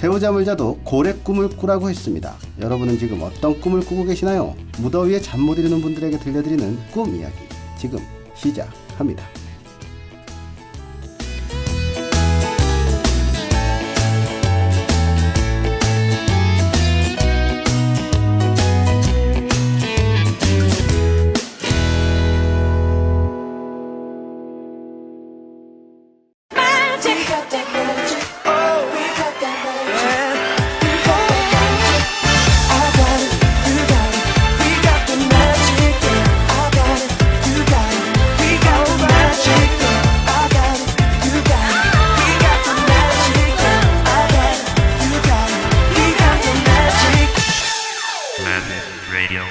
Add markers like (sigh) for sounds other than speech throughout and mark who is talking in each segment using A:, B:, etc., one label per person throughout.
A: 배우자 물자도 고래 꿈을 꾸라고 했습니다. 여러분은 지금 어떤 꿈을 꾸고 계시나요? 무더위에 잠 못 이루는 분들에게 들려드리는 꿈 이야기 지금 시작합니다.
B: magic. We got that magic. Oh, we got that magic. We got that magic. I got it. You got it. We got the magic. Yeah. I got it. You got it. We got the magic. Yeah. I got it. You got it. We got the magic. Yeah. I got it. You got it. We got the magic.
C: Planet Radio.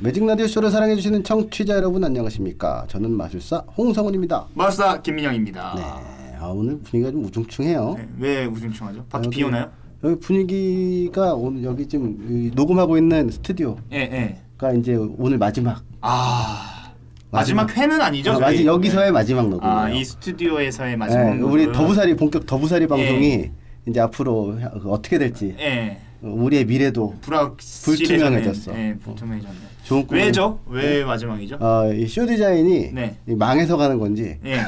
A: 매직 라디오 쇼를 사랑해 주시는 청취자 여러분 안녕하십니까? 저는 마술사 홍성훈입니다.
D: 마술사 김민영입니다. 네.
A: 네, 아, 오늘 분위기가 좀 우중충해요.
D: 왜 우중충하죠? 밖에
A: 여기-
D: 네. 비 오나요?
A: 여기 분위기가 오늘 여기 지금 이 녹음하고 있는 스튜디오가
D: 예, 예.
A: 이제 오늘 마지막
D: 아. 마지막, 회는 아니죠?
A: 아,
D: 저희?
A: 마지- 여기서의 마지막 녹음이에요.
D: 아, 이 스튜디오에서의
A: 예,
D: 마지막 녹음.
A: 우리 더부살이 본격 더부살이 방송이
D: 예.
A: 이제 앞으로 하- 그 어떻게 될지
D: 예.
A: 우리의 미래도
D: 불확실해졌네.
A: 불투명해졌어.
D: 예, 불투명해졌네.
A: 좋은 꿈을-
D: 왜죠? 왜 마지막이죠?
A: 어, 이쇼 디자인이
D: 네.
A: 이 망해서 가는 건지
D: 예.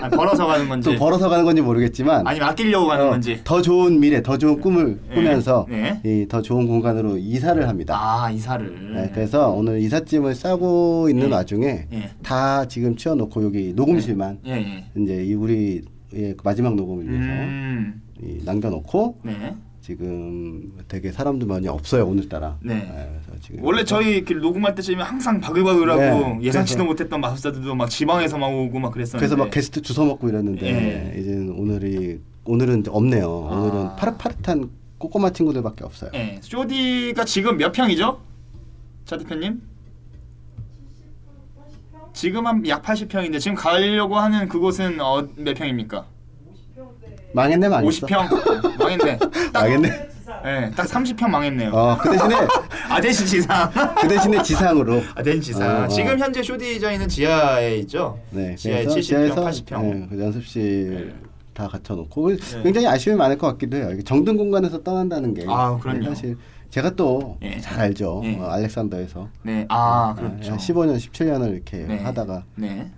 D: 아니, 벌어서 가는 건지
A: 또 벌어서 가는 건지 모르겠지만
D: 아니면 아끼려고 가는
A: 어,
D: 건지.
A: 더 좋은 미래, 더 좋은 꿈을
D: 예.
A: 꾸면서
D: 예.
A: 이 더 좋은 공간으로 이사를 합니다.
D: 아, 이사를.
A: 네, 그래서 오늘 이삿짐을 싸고 있는
D: 예.
A: 와중에
D: 예.
A: 다 지금 치워놓고 여기 녹음실만
D: 예, 예.
A: 이제 이 우리 의 마지막 녹음을 위해서
D: 음.
A: 이 남겨놓고
D: 네.
A: 지금 되게 사람도 많이 없어요 오늘따라.
D: 네.
A: 그래서 지금
D: 원래 저희 이렇게 녹음할 때쯤에 항상 바글바글하고
A: 네,
D: 예상치도
A: 그래서-
D: 못했던 마술사들도 막 지방에서 막 오고 막 그랬었는데
A: 그래서 막 게스트 주워 먹고 이랬는데
D: 네. 예. 아.
A: 이제 오늘이 오늘은 이제 없네요. 오늘은 파릇파릇한 꼬꼬마 친구들밖에 없어요.
D: 예, 쇼디가 지금 몇 평이죠? 차 대표님? 지금 한 약 80평인데 지금 가려고 하는 그곳은 어, 몇 평입니까?
A: 망했네 망했어.
D: 50평
A: (laughs)
D: 망했네. 딱,
A: 망했네. 아.
D: 예, 딱 30평 망했네요.
A: 어그 대신에
D: 아대신 지상.
A: 그 대신에 지상으로.
D: (laughs) 아대신 지상.
A: 어, 어.
D: 지금 현재 쇼디 디자인은 지하에 있죠?
A: 네,
D: 지하에
A: 그래서
D: 70평,
A: 지하에서,
D: 80평. 예.
A: 네, 그 연습실 다 갖춰놓고 그
D: 네.
A: 굉장히 아쉬움이 많을 것 같기도 해요. 이게 정든 공간에서 떠난다는 게 네,
D: 아, 그럼요.
A: 사실 제가 또 잘
D: 예.
A: 알죠.
D: 예.
A: 어, 알렉산더에서
D: 네.
A: 아, 한
D: 아, 그렇죠.
A: 15년, 17년을 이렇게
D: 네.
A: 하다가
D: 네.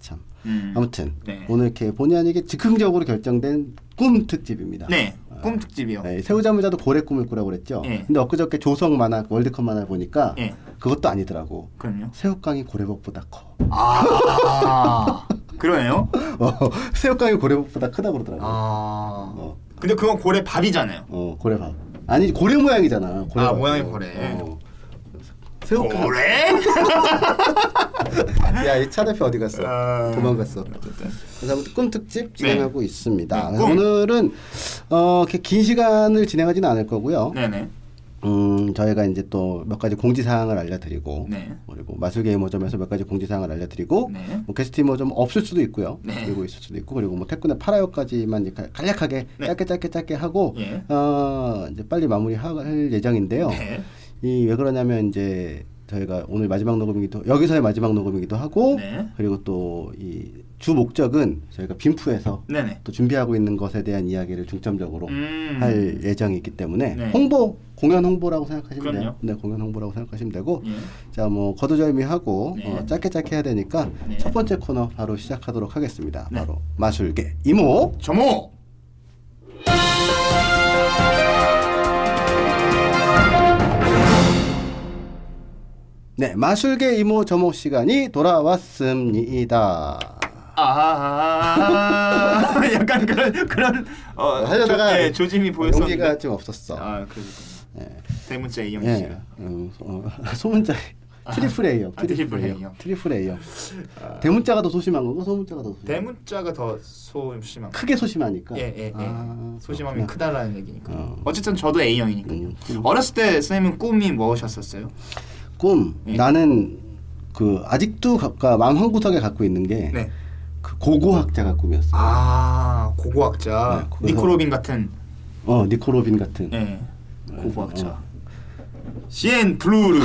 A: 참.
D: 음.
A: 아무튼
D: 네.
A: 오늘 이렇게 본의 아니게 즉흥적으로 결정된 꿈 특집입니다.
D: 네. 꿈 특집이요.
A: 네, 세우자마자도 고래 꿈을 꾸라고 그랬죠.
D: 예.
A: 근데 엊그저께 조성 만화 월드컵 만화 보니까
D: 예.
A: 그것도 아니더라고.
D: 그럼요.
A: 새우깡이 고래밥보다 커. (laughs)
D: 아. 그러네요.
A: 어, 새우깡이 고래밥보다 크다고 그러더라고.
D: 아.
A: 어.
D: 근데 그건 고래 밥이잖아요.
A: 어 고래밥. 아니 고래 모양이잖아. 고래
D: 아,
A: 밥. 어.
D: 모양이 고래. 어.
A: 새우깡.
D: 고래?
A: 야이 차 대표 어디 갔어?
D: 아.
A: 도망갔어.
D: 어쨌든.
A: 그래서 아무튼 꿈 특집 진행하고 있습니다.
D: 네, 꿈.
A: 오늘은 어, 이렇게 긴 시간을 진행하지는 않을 거고요.
D: 네네.
A: 음, 저희가 이제 또 몇 가지 공지 사항을 알려드리고
D: 네.
A: 그리고 마술 게이머점에서 몇 가지 공지 사항을 알려드리고
D: 네.
A: 뭐 게스트 모점 없을 수도 있고요.
D: 네.
A: 그리고 있을 수도 있고 그리고 뭐 태권의 파라요까지만 이제 가- 간략하게
D: 네.
A: 짧게 짧게 짧게 하고
D: 예.
A: 어, 이제 빨리 마무리할 예정인데요.
D: 네.
A: 이 왜 그러냐면 이제 저희가 오늘 마지막 녹음이기도 여기서의 마지막 녹음이기도 하고
D: 네.
A: 그리고 또 이 주 목적은 저희가 빈프에서
D: 네네.
A: 또 준비하고 있는 것에 대한 이야기를 중점적으로
D: 음.
A: 할 예정이기 때문에
D: 네.
A: 홍보 공연 홍보라고 생각하시면
D: 그럼요.
A: 돼요. 네, 공연 홍보라고 생각하시면 되고
D: 예.
A: 자 뭐 거두절미하고
D: 네.
A: 어, 짧게 짧게 해야 되니까
D: 네.
A: 첫 번째 코너 바로 시작하도록 하겠습니다.
D: 네.
A: 바로 마술계 이모
D: 점호.
A: 네 마술계 이모 점호 시간이 돌아왔습니다.
D: 아. (laughs) 약간 그런 그런 어
A: 하려다가
D: 조, 예, 조짐이 보였었는데.
A: 용기가 좀 없었어.
D: 아, 그러셨군요. 대문자 이영 씨.
A: 예, 음, 어, 소문자 트리플 A요.
D: 아, 트리플 A요. 아.
A: 트리플 A요. 대문자가 더 소심한 건가? 소문자가 더 소심.
D: 대문자가 더 소심한.
A: 크게 소심하니까.
D: 예, 예, 예.
A: 아,
D: 소심함이
A: 그렇구나.
D: 크다라는 얘기니까.
A: 어.
D: 어. 어쨌든 저도 A형이니까요.
A: 음, 음.
D: 어렸을 때 선생님은 꿈이 무엇이었었어요?
A: 꿈
D: 예.
A: 나는 그 아직도 가, 마음 한 구석에 갖고 있는 게 그
D: 네.
A: 고고학자가 꿈이었어. 요
D: 아, 고고학자.
A: 네, 그래서-
D: 니코로빈 같은
A: 어 니코로빈 같은.
D: 예. 고고학자.
A: 어.
D: 시엔 블루르.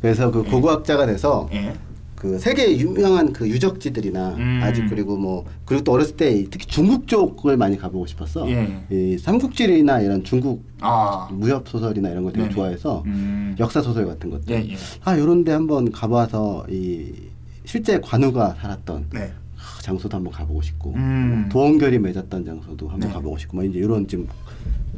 A: 그래서 그 고고학자가 돼서
D: 예.
A: 그 그 세계 유명한 그 유적지들이나
D: 음.
A: 아직 그리고 뭐 그리고 또 어렸을 때 특히 중국 쪽을 많이 가보고 싶었어.
D: 예.
A: 이 삼국지나 이런 중국
D: 아.
A: 무협 소설이나 이런 걸 되게
D: 네네.
A: 좋아해서
D: 음.
A: 역사 소설 같은 것들.
D: 예, 예.
A: 아 이런데 한번 가봐서 이 실제 관우가 살았던
D: 네.
A: 아, 장소도 한번 가보고 싶고
D: 음.
A: 도원결이 맺었던 장소도 한번
D: 네.
A: 가보고 싶고 막 이제 이런 좀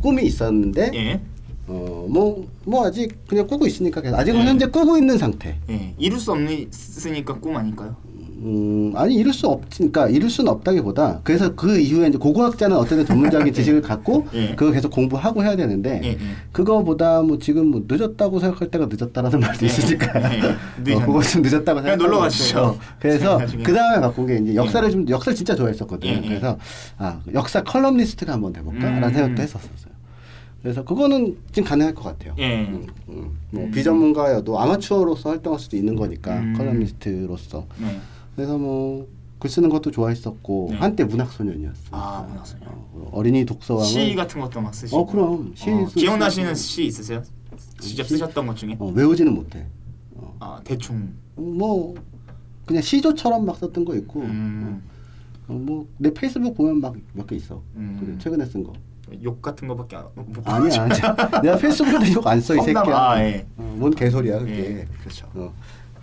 A: 꿈이 있었는데
D: 예.
A: 어뭐 뭐 아직 그냥 꾸고 있으니까 계속 아직은
D: 네.
A: 현재 꾸고 있는 상태.
D: 예. 이룰 수 없으니까 꿈 아닐까요?
A: 음 아니 이룰 수 없으니까 그러니까 이룰 수는 없다기보다 그래서 그 이후에 이제 고고학자는 어쨌든
D: (laughs)
A: 전문적인 지식을 갖고
D: 예.
A: 그거 계속 공부하고 해야 되는데
D: 예, 예.
A: 그거보다 뭐 지금 뭐 늦었다고 생각할 때가 늦었다라는 말도
D: 예,
A: 있으니까
D: 예, 예. 늦었네.
A: 어, 그거 좀 늦었다고
D: 그냥
A: 생각.
D: 놀러 가시죠. (laughs) 네,
A: 그래서
D: 나중에. 네.
A: 그 다음에 바꾼 게 이제 역사를 좀 역사를 진짜 좋아했었거든.
D: 예,
A: 요
D: 예.
A: 그래서 아 역사 컬럼니스트가 한번 돼볼까라는
D: 음.
A: 생각도 했었었어요. 그래서 그거는 지금 가능할 것 같아요.
D: 예.
A: 음, 음. 뭐 비전문가여도 아마추어로서 활동할 수도 있는 거니까
D: 음.
A: 컬럼니스트로서
D: 네.
A: 그래서 뭐 글 쓰는 것도 좋아했었고
D: 네.
A: 한때 문학 소년이었어.
D: 아, 문학소녀.
A: 어린이 독서왕을
D: 시 같은 것도 막 쓰시고.
A: 어, 그럼. 시
D: 어,
A: 쓰-
D: 기억나시는
A: 쓰-
D: 시 있으세요? 직접
A: 시?
D: 쓰셨던 것 중에?
A: 어, 외우지는 못해. 어,
D: 아, 대충.
A: 뭐 그냥 시조처럼 막 썼던 거 있고
D: 음.
A: 뭐 내 페이스북 보면 막 몇 개 있어.
D: 음.
A: 그래, 최근에 쓴 거.
D: 욕 같은 거밖에 안- 못 봤죠.
A: 아니야. 아니야. (laughs) 내가 페이스북에도 욕 안 써 이
D: 험담,
A: 새끼야.
D: 아, 예.
A: 어, 뭔 개소리야 그게.
D: 예. 그렇죠.
A: 어.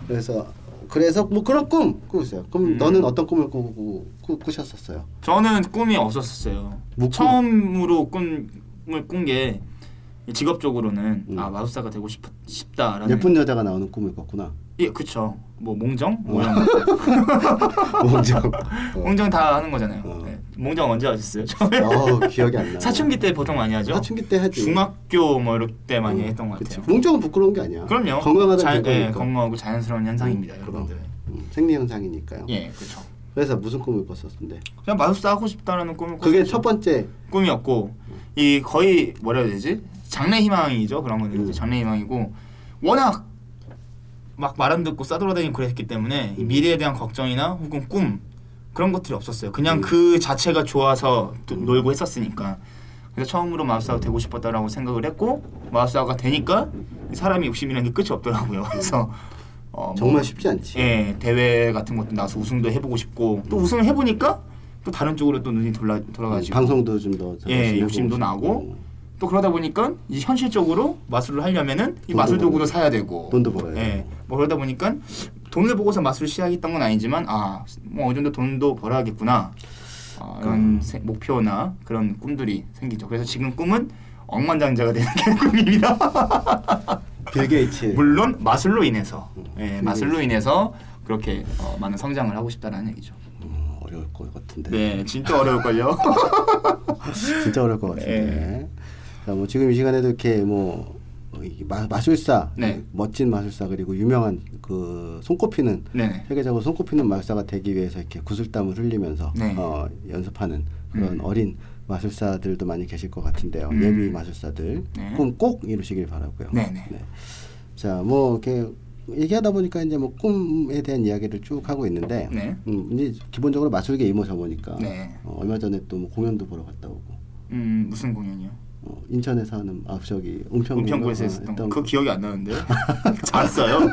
A: 그래서 그래서 뭐 그런 꿈 꾸세요. 그럼
D: 음.
A: 너는 어떤 꿈을 꾸고 꾸, 꾸셨었어요?
D: 저는 꿈이 없었었어요.
A: 뭐 꿈?
D: 처음으로 꿈을 꾼 게 직업적으로는
A: 음.
D: 아 마술사가 되고 싶, 싶다라는
A: 예쁜 여자가 나오는 꿈을 꿨구나. (laughs)
D: 예 그쵸 뭐 몽정 뭐
A: 어.
D: 이런 거.
A: 뭔지.
D: (laughs) 몽정 다 하는 거잖아요.
A: 어.
D: 네. 몽정 언제 하셨어요? 처음에
A: 어 기억이 안 나.
D: 사춘기 때 보통 많이 하죠.
A: 사춘기 때 하지.
D: 중학교 뭐 이럴 때 많이
A: 음,
D: 했던 것
A: 그치.
D: 같아요.
A: 몽정은 부끄러운 게 아니야.
D: 그럼요.
A: 건강하다
D: 자,
A: 는
D: 예,
A: 거
D: 건강하고 자연스러운 현상입니다, 여러분들.
A: 음, 생리 현상이니까요.
D: 예, 어, 그렇죠.
A: 그래서 무슨 꿈을 꿨었는데?
D: 그냥 마술사 하고 싶다라는 꿈을
A: 그게
D: 꿨었죠.
A: 첫 번째
D: 꿈이었고 이 거의 뭐라 해야 되지 장래 희망이죠 그런 건
A: 음.
D: 이제 장래 희망이고 워낙 막 말 안 듣고 싸돌아다니고 그랬기 때문에 이
A: 음.
D: 미래에 대한 걱정이나 혹은 꿈 그런 것들이 없었어요
A: 음.
D: 그냥 그 자체가 좋아서 도- 놀고 했었으니까 그래서 처음으로 마술사가 되고 싶었다라고 생각을 했고 마술사가 되니까 이 사람이 욕심이라는 게 끝이 없더라고요 그래서 어, 뭐
A: 음. 정말 쉽지 않지.
D: 예, 대회 같은 것도 나서 우승도 해보고 싶고 또
A: 음.
D: 우승을 해보니까 또 다른 쪽으로 또 눈이 돌아 돌아가지고
A: 방송도 좀더 음,
D: 예, 욕심도 나고 또 그러다 보니까 이 현실적으로 마술을 하려면은 이
A: 돈도
D: 마술
A: 벌어야
D: 도구도 사야 되고
A: 돈도 벌어야
D: 예,
A: 되고.
D: 뭐 그러다 보니까 돈을 보고서 마술을 시작했던 건 아니지만 아 뭐 어느 정도 돈도 벌어야겠구나 아, 이런 세- 목표나 그런 꿈들이 생기죠. 그래서 지금 꿈은 억만장자가 되는 (laughs) 게 꿈입니다.
A: 빌 게이츠.
D: (laughs) 물론 마술로 인해서 예,
A: 예. 음, 그게
D: 마술로 인해서 그렇게 어, 많은 성장을 하고 싶다는 얘기죠.
A: 음, 어려울 것 같은데.
D: 네, 진짜
A: (laughs)
D: 어려울걸요. (laughs)
A: 진짜 어려울 것
D: 예.
A: 같은데. 자, 뭐 지금 이 시간에도 이렇게 뭐 어, 이게 마, 마술사,
D: 네.
A: 멋진 마술사 그리고 유명한 그 손꼽히는
D: 네.
A: 세계적으로 손꼽히는 마술사가 되기 위해서 이렇게 구슬땀을 흘리면서
D: 네.
A: 어, 연습하는 그런
D: 음.
A: 어린 마술사들도 많이 계실 것 같은데요.
D: 음.
A: 예비 마술사들
D: 네.
A: 꿈 꼭 이루시길 바라고요.
D: 네, 네.
A: 자, 뭐 이렇게 얘기하다 보니까 이제 뭐 꿈에 대한 이야기를 쭉 하고 있는데
D: 네.
A: 음, 이제 기본적으로 마술계 이모 저모니까
D: 네.
A: 어, 얼마 전에 또뭐 공연도 보러 갔다 오고
D: 음, 무슨 공연이요?
A: 어, 인천에서 하는 아 저기 은평구
D: 은평구에서 했었던 거. 그 기억이
A: (laughs)
D: 안 나는데 잤어요.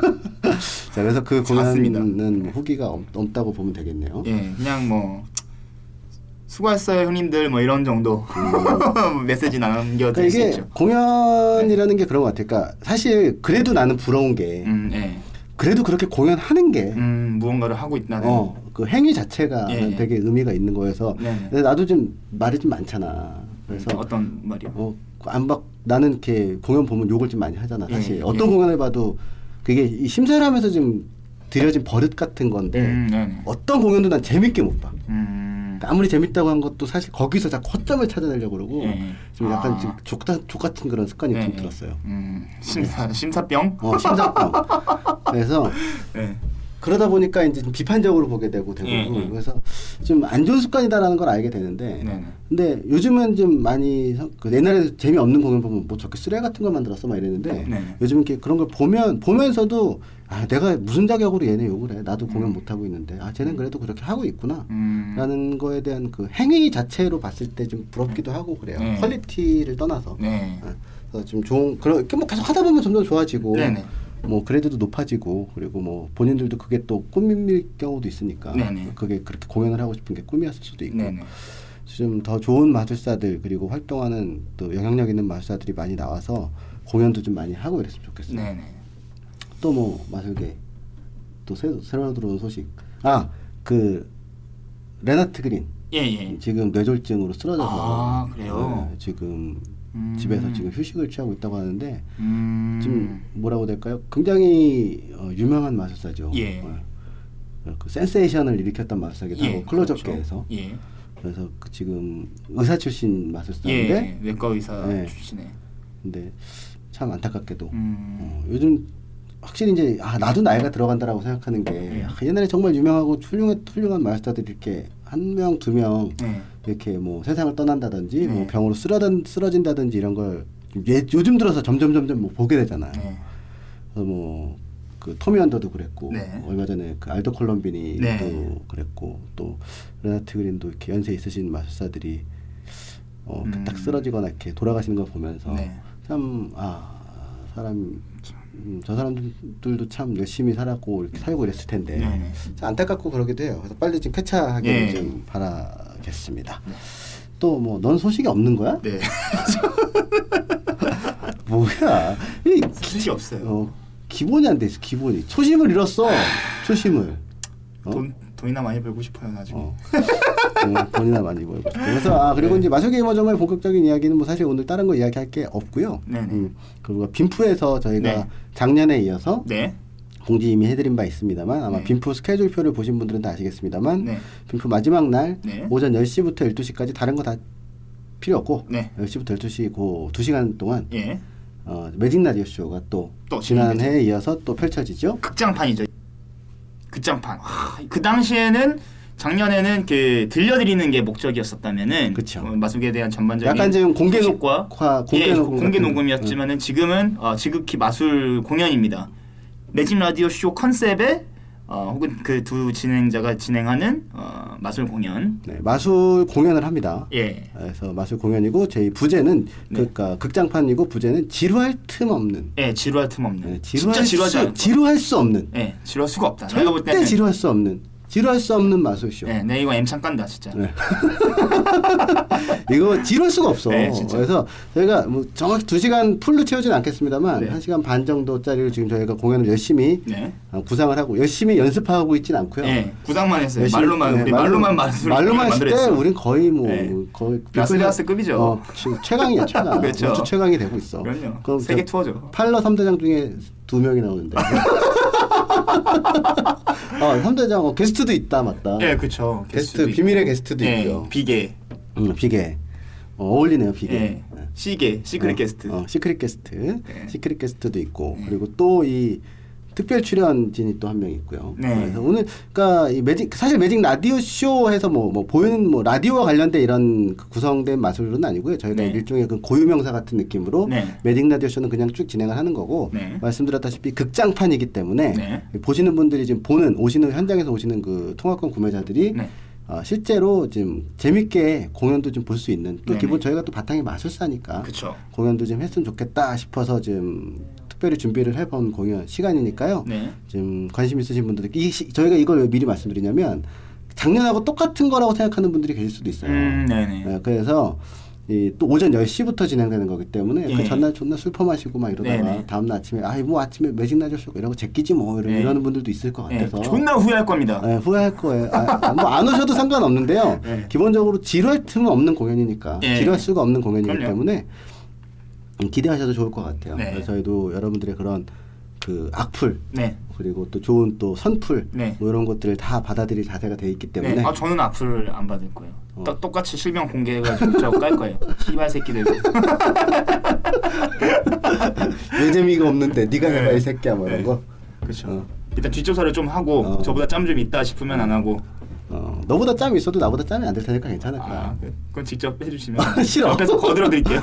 A: 자 그래서 그
D: 잤습니다.
A: 공연은 후기가 없, 없다고 보면 되겠네요.
D: 예, 그냥 뭐 수고했어요 형님들 뭐 이런 정도 (laughs) 메시지 남겨드릴
A: 음. 그러니까
D: 수
A: 이게
D: 있죠.
A: 공연이라는 게 그런 것 같아요. 그러니까 사실 그래도 나는 부러운 게
D: 음, 예,
A: 그래도 그렇게 공연하는 게
D: 음 무언가를 하고 있다는.
A: 어, 그 행위 자체가
D: 예, 예.
A: 되게 의미가 있는 거여서
D: 네, 네.
A: 근데 나도 좀 말이 좀 많잖아. 그래서
D: 어떤 말이요?
A: 어, 안박 나는 이렇게 공연 보면 욕을 좀 많이 하잖아. 사실
D: 예,
A: 어떤
D: 예.
A: 공연을 봐도 그게 이 심사를 하면서 좀 들여진 버릇 같은 건데
D: 음, 네네.
A: 어떤 공연도 난 재밌게 못 봐.
D: 음,
A: 그러니까 아무리 재밌다고 한 것도 사실 거기서 자꾸 허점을 찾아내려고 그러고
D: 예, 예.
A: 좀 약간
D: 아.
A: 좀족같족 같은 그런 습관이
D: 예,
A: 좀
D: 예.
A: 들었어요.
D: 음, 심사 심사병.
A: 어, 심사병. 그래서
D: 예.
A: 그러다 보니까 이제 좀 비판적으로 보게 되고 되고
D: 예, 예.
A: 그래서 좀 안 좋은 습관이다라는 걸 알게 되는데
D: 네네.
A: 근데 요즘은 좀 많이 성- 그 옛날에 재미없는 공연 보면 뭐 저렇게 쓰레 같은 걸 만들었어 막 이랬는데
D: 네네.
A: 요즘 이렇게 그런 걸 보면 보면서도 아 내가 무슨 자격으로 얘네 욕을 해 나도 공연 못 하고 있는데 아 쟤는 그래도 그렇게 하고 있구나
D: 음,
A: 라는 거에 대한 그 행위 자체로 봤을 때 좀 부럽기도 하고 그래요
D: 네.
A: 퀄리티를 떠나서 어,
D: 네.
A: 아, 그래서 좀 좋은 그런 이렇게 뭐 계속 하다 보면 점점 좋아지고
D: 네네.
A: 뭐 그레이드도 높아지고 그리고 뭐 본인들도 그게 또 꿈일 경우도 있으니까
D: 네네.
A: 그게 그렇게 공연을 하고 싶은 게 꿈이었을 수도 있고
D: 네네.
A: 지금 더 좋은 마술사들 그리고 활동하는 또 영향력 있는 마술사들이 많이 나와서 공연도 좀 많이 하고 이랬으면 좋겠어요.
D: 네네.
A: 또 뭐 마술계 또 새로, 새로 들어온 소식 아 그 레나트 그린
D: 예예.
A: 지금 뇌졸증으로 쓰러져서
D: 네. 아, 그래요?
A: 네, 지금
D: 음.
A: 집에서 지금 휴식을 취하고 있다고 하는데
D: 음.
A: 지금 뭐라고 될까요? 굉장히 어, 유명한 마술사죠.
D: 예.
A: 어, 그 센세이션을 일으켰던 마술사기도 하고 클로즈업계에서
D: 그렇죠. 예.
A: 그래서 그 지금 의사 출신 마술사인데
D: 예. 외과 의사
A: 네.
D: 출신에.
A: 근데 참 안타깝게도
D: 음.
A: 어, 요즘 확실히 이제 아 나도 나이가 들어간다라고 생각하는 게
D: 예.
A: 아, 옛날에 정말 유명하고 훌륭한 훌륭한 마술사들이 이렇게 한 명 두 명
D: 네.
A: 이렇게 뭐 세상을 떠난다든지 뭐
D: 네.
A: 병으로 쓰러진 쓰러진다든지 이런 걸 예, 요즘 들어서 점점 점점 뭐 보게 되잖아요.
D: 네.
A: 그래서 뭐그 토미 언더도 그랬고
D: 네.
A: 얼마 전에 그 알도 콜럼비니도
D: 네.
A: 그랬고 또 레나트 그린도 이렇게 연세 있으신 마술사들이 어, 이렇게
D: 음.
A: 딱 쓰러지거나 이렇게 돌아가시는 걸 보면서
D: 네.
A: 참 아 사람 음, 저 사람들도 참 열심히 살았고 이렇게 살고 이랬을 텐데
D: 네, 네.
A: 참 안타깝고 그러기도 해요. 그래서 빨리 좀 쾌차하게
D: 네.
A: 좀 바라겠습니다. 또 뭐 넌 소식이 없는 거야? 아,
D: 네. (laughs)
A: 뭐야? 이
D: 기이 없어요.
A: 어, 기본이 안 돼 있어. 기본이 초심을 잃었어. 초심을. 어?
D: 돈 돈이나 많이 벌고 싶어요 나중에.
A: 어. 어, 돈이나 많이 벌고 싶고. 그래서 아 그리고
D: 네.
A: 이제 마술 게이머점의 본격적인 이야기는 뭐 사실 오늘 다른 거 이야기할 게 없고요.
D: 네네.
A: 음, 그리고 빈프에서 저희가
D: 네. 작년에
A: 작년에 이어서
D: 네.
A: 공지 이미 해드린 바 있습니다만 아마
D: 네.
A: 빈프 스케줄표를 보신 분들은 다 아시겠습니다만
D: 네.
A: 빈프 마지막 날
D: 네.
A: 오전 10시부터 12시까지 다른 거 다 필요 없고
D: 네.
A: 10시부터 12시 고 2시간 동안
D: 예.
A: 어, 매직 라디오 쇼가 또,
D: 또
A: 지난해에 이어서 또 펼쳐지죠.
D: 극장판이죠. 극장판. 하, 그 당시에는 작년에는 그 들려드리는 게 목적이었었다면은
A: 그쵸.
D: 어, 마술에 대한 전반적인
A: 약간 지금 공개 녹-
D: 소식과
A: 과- 공개
D: 공개, 예,
A: 녹음
D: 공개
A: 같은- 네.
D: 녹음이었지만은 지금은 어, 지극히 마술 공연입니다. 매진 라디오 쇼 컨셉에 어, 혹은 그 두 진행자가 진행하는 어, 마술 공연.
A: 네, 마술 공연을 합니다.
D: 예.
A: 그래서 마술 공연이고 제 부제는
D: 네.
A: 그러니까 극장판이고 부제는 지루할 틈 없는
D: 예, 지루할 틈 없는.
A: 네,
D: 진짜
A: 지루할
D: 지루하지
A: 수
D: 않고.
A: 지루할 수 없는
D: 예, 지루할 수가 없다. 내가 볼
A: 절대
D: 때는
A: 지루할 수 없는 지루할 수 없는 마술쇼.
D: 예, 내 이거 엠창 깐다 진짜.
A: 네. 이거 지루할 수가 없어.
D: 네, 진짜.
A: 그래서 저희가 뭐 정확히 두 시간 풀로 채우진 않겠습니다만
D: 네.
A: 한 시간 반 정도짜리로 지금 저희가 공연을 열심히
D: 네.
A: 어, 구상을 하고 열심히 연습하고 있진 않고요.
D: 예, 구상만 했어요.
A: 열심히-
D: 말로만
A: 네,
D: 우리 말로만 말로,
A: 말로만 했을 때 우린 거의 뭐
D: 네.
A: 거의
D: 라스베가스급이죠.
A: 어, 지금 최강이야 최강.
D: (laughs) 그렇죠.
A: 우주 최강이 되고 있어.
D: 그럼요.
A: 그럼
D: 세계
A: 저
D: 투어죠.
A: 팔러 3대장 중에 두 명이
D: (laughs)
A: 나오는데. 어, 3대장 어, 게스트도 있다 맞다.
D: 예, 그렇죠.
A: 게스트 비밀의 게스트도
D: 예,
A: 있고요.
D: 비계,
A: 음, 비계 어, 어울리네요 비계.
D: 예,
A: 네.
D: 시계, 시크릿
A: 어,
D: 게스트.
A: 어, 시크릿 게스트.
D: 네.
A: 시크릿 게스트도 있고 그리고 또 이 특별 출연진이 또 한 명 있고요.
D: 네.
A: 그래서 오늘 그러니까 이 매직 사실 매직 라디오 쇼에서 뭐 뭐 보이는 뭐 라디오와 관련된 이런 그 구성된 마술은 아니고요. 저희가
D: 네.
A: 일종의 그 고유 명사 같은 느낌으로
D: 네.
A: 매직 라디오 쇼는 그냥 쭉 진행을 하는 거고
D: 네.
A: 말씀드렸다시피 극장판이기 때문에
D: 네.
A: 보시는 분들이 지금 보는 오시는 현장에서 오시는 그 통화권 구매자들이
D: 네.
A: 어, 실제로 지금 재밌게 공연도 좀 볼 수 있는 또
D: 네네. 그렇죠.
A: 기본 저희가 또 바탕이 마술사니까
D: 그쵸.
A: 공연도 좀 했으면 좋겠다 싶어서 지금 특별히 준비를 해본 공연 시간이니까요.
D: 네.
A: 지금 관심 있으신 분들 이 시- 저희가 이걸 왜 미리 말씀드리냐면 작년하고 똑같은 거라고 생각하는 분들이 계실 수도 있어요.
D: 음, 네네.
A: 네, 그래서 이, 또 오전 10시부터 진행되는 거기 때문에 그
D: 예.
A: 전날 존나 술 퍼마시고 막 이러다가
D: 네네.
A: 다음날 아침에 아이 뭐 아침에 매직 나셨고 이러고 제끼지 뭐 이러,
D: 네.
A: 이러는 분들도 있을 것
D: 예,
A: 같아서
D: 존나 후회할 겁니다.
A: 어, 네, 후회할 거예요. 아, 뭐안 오셔도 상관없는데요.
D: 네.
A: 기본적으로 지루할 틈은 없는 공연이니까
D: 예.
A: 지루할 수가 없는 공연이기
D: 그럼요.
A: 때문에 기대하셔도 좋을 것 같아요.
D: 네.
A: 그래서 저희도 여러분들의 그런 그 악플
D: 네.
A: 그리고 또 좋은 또 선풀
D: 네.
A: 뭐 이런 것들을 다 받아들일 자세가 돼 있기 때문에 어.
D: 네. 아 저는 악플을 안 받을 거예요. 또- 똑같이 실명 공개해가지고 저깔 거예요. 씨발
A: (laughs)
D: 새끼들.
A: 왜 재미가 없는데 네가
D: 네.
A: 해봐 이 새끼야 뭐 이런
D: 네.
A: 거.
D: 그렇죠.
A: 어.
D: 일단 뒷조사를 좀 하고
A: 어.
D: 저보다 짬 좀 있다 싶으면 안 하고.
A: 어, 너보다 짬이 있어도 나보다 짬이 안 될 테니까 괜찮을 거야.
D: 아, 그- 그건 직접 해주시면
A: 그러니까. 싫어.
D: 옆에서
A: (laughs)
D: 거들어 드릴게요.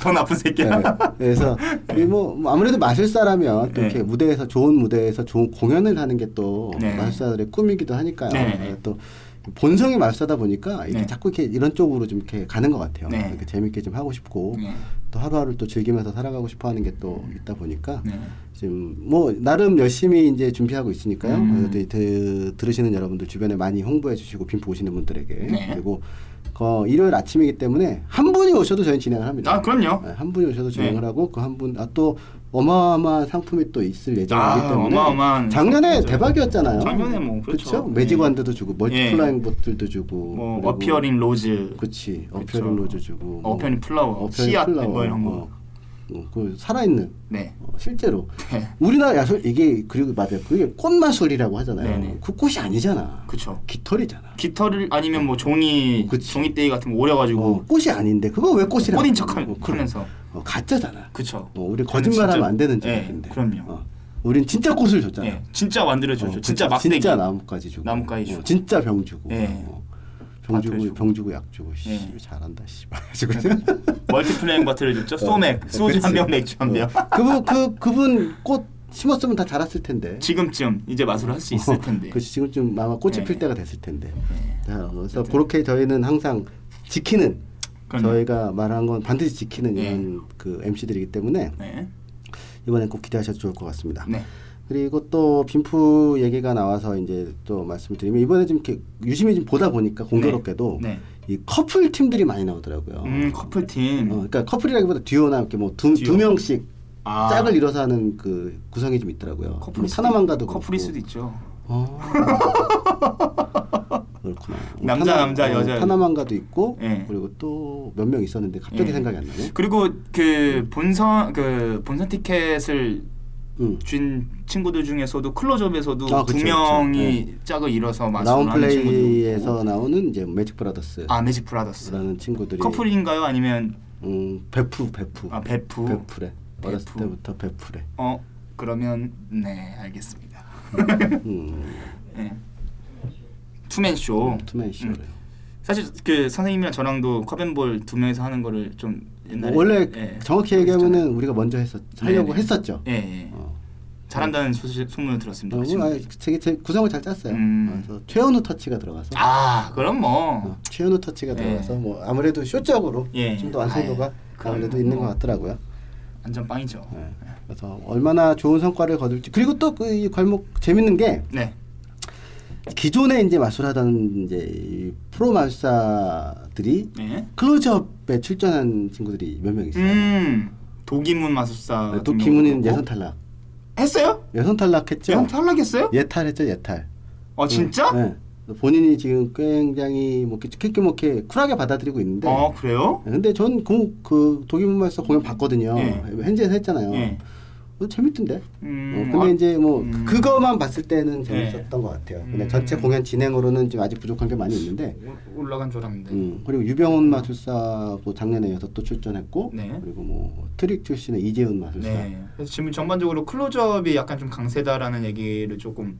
D: 더 나쁜 새끼야.
A: 네. 그래서 이뭐뭐 아무래도 마술사라면 또
D: 네.
A: 이렇게 무대에서 좋은 무대에서 좋은 공연을 하는 게 또
D: 네.
A: 마술사들의 꿈이기도 하니까요.
D: 네.
A: 또 본성이 말싸다 보니까 이렇게
D: 네.
A: 자꾸 이렇게 이런 쪽으로 좀 이렇게 가는 것 같아요.
D: 네.
A: 이렇게 재밌게 좀 하고 싶고
D: 네.
A: 또 하루하루 또 즐기면서 살아가고 싶어하는 게 또 있다 보니까
D: 네.
A: 지금 뭐 나름 열심히 이제 준비하고 있으니까요.
D: 음.
A: 그래서 이 드- 들으시는 여러분들 주변에 많이 홍보해 주시고 빈포 오시는 분들에게
D: 네.
A: 그리고 거- 일요일 아침이기 때문에 한 분이 오셔도 저희 는 진행을 합니다.
D: 아 그럼요.
A: 네, 한 분이 오셔도 진행을
D: 네.
A: 하고 그 한 분 아 또 어마어마한 상품이 또 있을 예정이기
D: 아,
A: 때문에
D: 어마어마한
A: 작년에
D: 상품이죠.
A: 대박이었잖아요.
D: 작년에 뭐, 그렇죠.
A: 그쵸? 매직원드도 주고 멀티플라잉
D: 예.
A: 보틀도 주고
D: 뭐
A: 그리고
D: 어피어링 로즈,
A: 그치
D: 그렇죠.
A: 어피어링 로즈 주고 뭐,
D: 어, 어피어링 플라워,
A: 어피어링
D: 씨앗
A: 플라워,
D: 뭐 이런 거.
A: 어, 어, 그 살아있는
D: 네.
A: 어, 실제로
D: 네.
A: 우리나라 야술 이게 그리고 맞아요 그게 꽃마술이라고 하잖아요
D: 네네.
A: 그 꽃이 아니잖아
D: 그쵸.
A: 깃털이잖아
D: 깃털을 아니면 뭐 종이
A: 그치.
D: 종이대기 같은 거 오려가지고
A: 어, 꽃이 아닌데 그거 왜 꽃이라고
D: 꽃인 척하-
A: 어, 그럼.
D: 하면서.
A: 어, 가짜잖아
D: 그쵸.
A: 어, 우리 거짓말하면 안 되는
D: 예,
A: 자인데
D: 그럼요.
A: 어, 우린 진짜 꽃을 줬잖아
D: 예, 진짜 만들어줘죠.
A: 어,
D: 진짜
A: 그치.
D: 막대기.
A: 진짜 나뭇가지 주고
D: 나뭇가지 주고.
A: 어, 진짜 병 주고
D: 예.
A: 어, 병 주고
D: 밭을 주고.
A: 병 주고 약 주고 씨
D: 예.
A: 잘한다 씨발 (laughs) 그렇죠? 지금
D: 멀티플레잉 버틀을
A: 어,
D: 줬죠. 그렇죠. 소맥, 소주 한 병, 맥주 한 병.
A: 그분 그 그분 꽃 심었으면 다 자랐을 텐데.
D: 지금쯤 이제 마술을 할 수 있을 텐데.
A: 그 지금 좀 아마 꽃이
D: 네.
A: 필 때가 됐을 텐데. 자, 그래서 그렇게 저희는 항상 지키는
D: 그럼요.
A: 저희가 말한 건 반드시 지키는
D: 네.
A: 이런 그 MC들이기 때문에
D: 네.
A: 이번엔 꼭 기대하셔도 좋을 것 같습니다.
D: 네.
A: 그리고 또 빈프 얘기가 나와서 이제 또 말씀드리면 이번에 좀 이렇게 유심히 좀 보다 보니까 공교롭게도
D: 네.
A: 이 커플 팀들이 많이 나오더라고요.
D: 음 커플팀.
A: 어, 그러니까 커플이라기보다 듀오나 이렇게 뭐두
D: 듀오.
A: 두 명씩
D: 아.
A: 짝을 이뤄서 하는 그 구성이 좀 있더라고요.
D: 커플일 수도
A: 사나만가도
D: 있- 커플일
A: 그렇고.
D: 수도 있죠. (laughs)
A: 어. 그렇구나. 뭐 어,
D: 남자, 남자, 여자.
A: 타나만가도 있고
D: 예.
A: 그리고 또 몇 명 있었는데 갑자기
D: 예.
A: 생각이 안 나네.
D: 그리고 그 본선 그 본선 티켓을
A: 음.
D: 준 친구들 중에서도 클로즈업에서도
A: 아, 그쵸, 네.
D: 두
A: 그쵸.
D: 명이 짝을 이뤄서 마술을 하는 친구들.
A: 라운플레이에서 나오는 이제 매직 브라더스라는
D: 아 매직 브라더스.
A: 친구들이
D: 커플인가요? 아니면
A: 음, 베프 베프
D: 아 베프.
A: 베프래. 어렸을
D: 베프.
A: 때부터 베프래.
D: 어 그러면 네
A: (laughs)
D: 알겠습니다.
A: 음,
D: 네. 투맨 쇼. 음.
A: 투맨 쇼래요.
D: 사실 그 선생님이랑 저랑도 커벤볼 두 명이서 하는 거를 좀 옛날에
A: 원래
D: 예,
A: 정확히 얘기하면은 우리가 먼저 했었 하려고
D: 네네.
A: 했었죠.
D: 예, 예.
A: 어.
D: 잘한다는 소식, 소문을 들었습니다.
A: 어,
D: 그
A: 아,
D: 친구들.
A: 되게 제 구성을 잘 짰어요.
D: 음.
A: 그래서 최현우 터치가 들어가서
D: 아 그럼
A: 어,
D: 뭐
A: 최현우 터치가 들어가서
D: 예.
A: 뭐 아무래도 쇼적으로
D: 예.
A: 좀 더 완성도가
D: 아유, 그건
A: 아무래도 있는
D: 뭐.
A: 것 같더라고요.
D: 완전 빵이죠.
A: 예. 그래서 얼마나 좋은 성과를 거둘지 그리고 또 그 이 괄목 재밌는 게
D: 네.
A: 기존에 이제 마술하던 이제 이 프로 마술사들이
D: 네.
A: 클로즈업에 출전한 친구들이 몇 명 있어요.
D: 음 도기문 마술사.
A: 네,
D: 같은
A: 또 김훈이는
D: 경우도
A: 예선
D: 그렇고.
A: 탈락.
D: 했어요?
A: 예선 탈락했죠.
D: 예선 탈락했어요?
A: 예탈했죠 예탈.
D: 아 진짜?
A: 네. 본인이 지금 굉장히 뭐 깨끗하게 쿨하게 받아들이고 있는데
D: 아 그래요?
A: 근데 전 그 독일문말에서 공연 봤거든요.
D: 예.
A: 현지에서 했잖아요.
D: 예.
A: 어, 재밌던데.
D: 음,
A: 어, 근데
D: 아,
A: 이제 뭐
D: 음.
A: 그거만 봤을 때는
D: 예.
A: 재밌었던 것 같아요. 근데
D: 음.
A: 전체 공연 진행으로는 좀 아직 부족한 게 많이 있는데.
D: 올- 올라간 줄 알았는데.
A: 음, 그리고 유병훈 마술사도 작년에 이어서 또 출전했고
D: 네.
A: 그리고 뭐 트릭 출신의 이재훈 마술사
D: 네. 그래서 지금 전반적으로 클로즈업이 약간 좀 강세다라는 얘기를 조금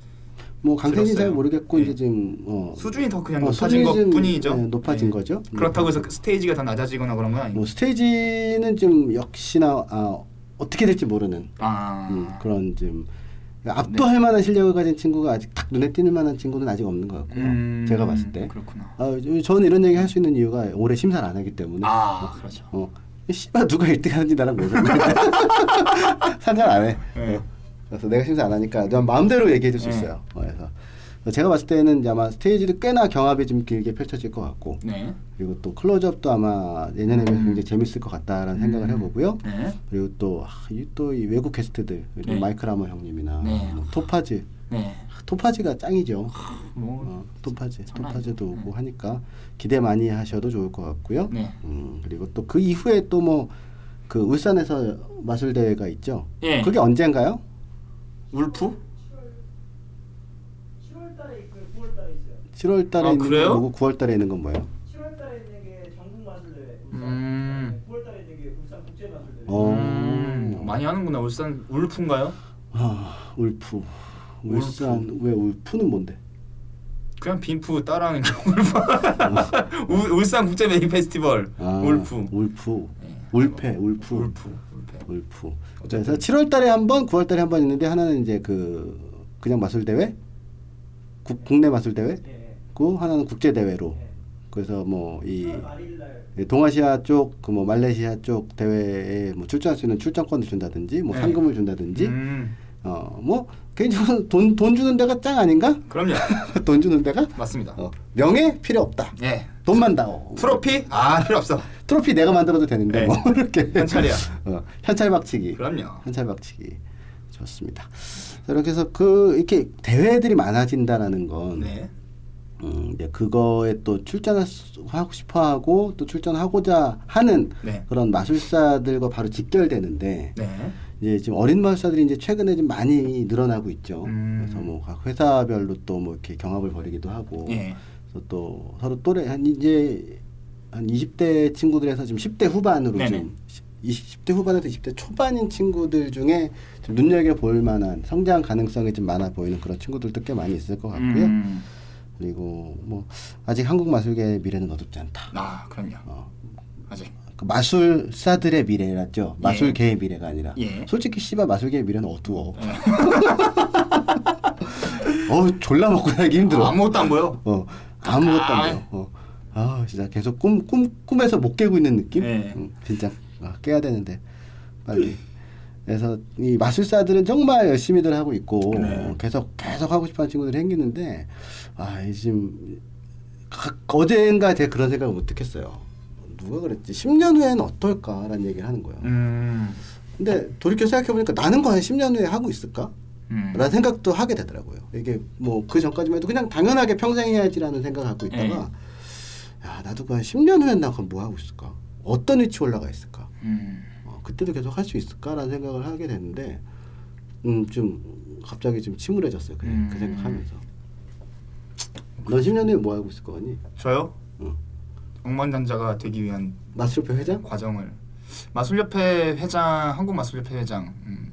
A: 뭐 강세진 잘
D: 들었어요.
A: 모르겠고
D: 예.
A: 이제 지금 어,
D: 수준이 더 그냥
A: 어, 수준이
D: 높아진
A: 좀,
D: 것뿐이죠.
A: 예, 높아진
D: 예.
A: 거죠.
D: 그렇다고 해서 스테이지가 다 낮아지거나 그런 건 아니고.
A: 뭐 스테이지는 좀 역시나 아, 어떻게 될지 모르는
D: 아. 네.
A: 음, 그런 좀 압도할 만한 실력을 가진 친구가 아직 딱 눈에 띄는 만한 친구는 아직 없는 것 같고요.
D: 음,
A: 제가 봤을 때.
D: 그렇구나.
A: 아, 저는 이런 얘기 할 수 있는 이유가 올해 심사를 안 하기 때문에.
D: 아, 그렇죠.
A: 어, 씨발 누가 1등 하는지 나랑 왜 (laughs) 상관- 상관 안 해. 어,
D: 예.
A: 그래서 내가 심사 안 하니까 난 마음대로 얘기해 줄 수
D: 네.
A: 있어요. 어, 그래서 제가 봤을 때는 이제 아마 스테이지도 꽤나 경합이 좀 길게 펼쳐질 것 같고
D: 네.
A: 그리고 또 클로즈업도 아마 예년에 비해서 굉장히 재밌을 것 같다라는 생각을 해보고요.
D: 네.
A: 그리고 아, 또또이 외국 게스트들
D: 네.
A: 마이크 라머 형님이나
D: 네.
A: 뭐 토파즈
D: 네.
A: 토파즈가 짱이죠.
D: 뭐
A: 어, 토파즈
D: 장난
A: 토파즈도
D: 아니죠.
A: 오고 하니까 기대 많이 하셔도 좋을 것 같고요.
D: 네.
A: 음, 그리고 또 그 이후에 또 뭐 그 울산에서 마술 대회가 있죠.
D: 예.
A: 그게 언젠가요?
D: 울프?
E: 7월달에 있고 9월달에 있어요.
A: 7월 달에
D: 아,
A: 있는
D: 그래요?
A: 거 뭐고 9월 달에 있는 건 뭐예요?
E: 7월달에 있는 게 전국 마술대회 울산.
D: 음.
E: 9월달에 있는 게 울산 국제 마술대회.
A: 어.
D: 음, 많이 하는구나. 울산 울프인가요?
A: 아, 울프.
D: 울프.
A: 울산 왜 울프는 뭔데?
D: 그냥 빈프 따라하는 게 울프. (laughs) 울- 울산 국제 매직 페스티벌.
A: 아,
D: 울프.
A: 울프.
D: 예.
A: 울패, 울프.
D: 울프. 울프.
A: 울프.
D: 어쨌든.
A: 그래서 7월 달에 한 번, 9월 달에 한 번 있는데 하나는 이제 그 그냥 마술 대회? 국, 국내 마술 대회?
E: 예, 예.
A: 있고 하나는 국제 대회로 그래서 뭐 이 예,
E: 10월 말일 날
A: 동아시아 쪽, 그 뭐 말레이시아 쪽 대회에 뭐 출전할 수 있는 출전권을 준다든지, 뭐
D: 네.
A: 상금을 준다든지,
D: 음,
A: 어 뭐 개인적으로 돈, 돈 주는 데가 짱 아닌가? (laughs)
D: 그럼요.
A: 돈 주는 데가
D: 맞습니다.
A: 어, 명예 필요 없다.
D: 예.
A: 돈만 다오.
D: 트로피? 아 필요 없어.
A: 트로피 내가 만들어도 되는데
D: 네.
A: 뭐 (laughs) 이렇게
D: 현찰이야.
A: 어, 현찰 박치기.
D: 그럼요.
A: 현찰 박치기. 좋습니다. 자, 이렇게 해서 그 이렇게 대회들이 많아진다라는 건
D: 네.
A: 음, 이제 그거에 또 출전하고 싶어 하고 또 출전하고자 하는
D: 네.
A: 그런 마술사들과 바로 직결되는데
D: 네.
A: 이제 지금 어린 마술사들이 이제 최근에 좀 많이 늘어나고 있죠.
D: 음.
A: 그래서 뭐 각 회사별로 또 뭐 이렇게 경합을 벌이기도 하고
D: 예.
A: 그래서 또 서로 또래 한 이제 한 20대 친구들에서 지금 10대 후반으로
D: 네네.
A: 좀 20, 10대 후반에서 20대 초반인 친구들 중에 좀 눈여겨 볼 만한 성장 가능성이 좀 많아 보이는 그런 친구들도 꽤 많이 있을 것 같고요.
D: 음,
A: 그리고 뭐 아직 한국 마술계의 미래는 어둡지 않다.
D: 아 그럼요.
A: 어,
D: 아직.
A: 그 마술사들의 미래라죠.
D: 예.
A: 마술계의 미래가 아니라.
D: 예.
A: 솔직히 씨발 마술계의 미래는 어두워.
D: 예.
A: (laughs) 어 졸라 먹고 살기 힘들어.
D: 아무것도 안 보여.
A: 어 아무것도
D: 아.
A: 안 돼요. 어. 아 진짜 계속 꿈, 꿈 꿈에서 못 깨고 있는 느낌.
D: 네.
A: 음, 진짜 아, 깨야 되는데 빨리. 그래서 이 마술사들은 정말 열심히들 하고 있고
D: 네.
A: 어, 계속 계속 하고 싶어하는 친구들이 생기는데 아 이 지금 가- 어젠가 제가 그런 생각을 못했겠어요. 누가 그랬지? 10년 후에는 어떨까라는 얘기를 하는 거예요.
D: 음.
A: 근데 돌이켜 생각해 보니까 나는 과연 10년 후에 하고 있을까?
D: 음.
A: 라는 생각도 하게 되더라고요. 이게 뭐 그 전까지만 해도 그냥 당연하게 평생 해야지라는 생각 갖고 있다가
D: 네.
A: 야 나도 그 한 10년 후엔 나 그럼 뭐 하고 있을까? 어떤 위치 올라가 있을까?
D: 음.
A: 어, 그때도 계속 할 수 있을까라는 생각을 하게 됐는데 음좀 갑자기 좀 침울해졌어요. 그냥 그
D: 음.
A: 생각하면서 넌 10년 후에 뭐 하고 있을 거니?
D: 저요?
A: 응.
D: 억만장자가 되기 위한
A: 마술표 회장?
D: 과정을 마술협회 회장 한국 마술협회 회장 음,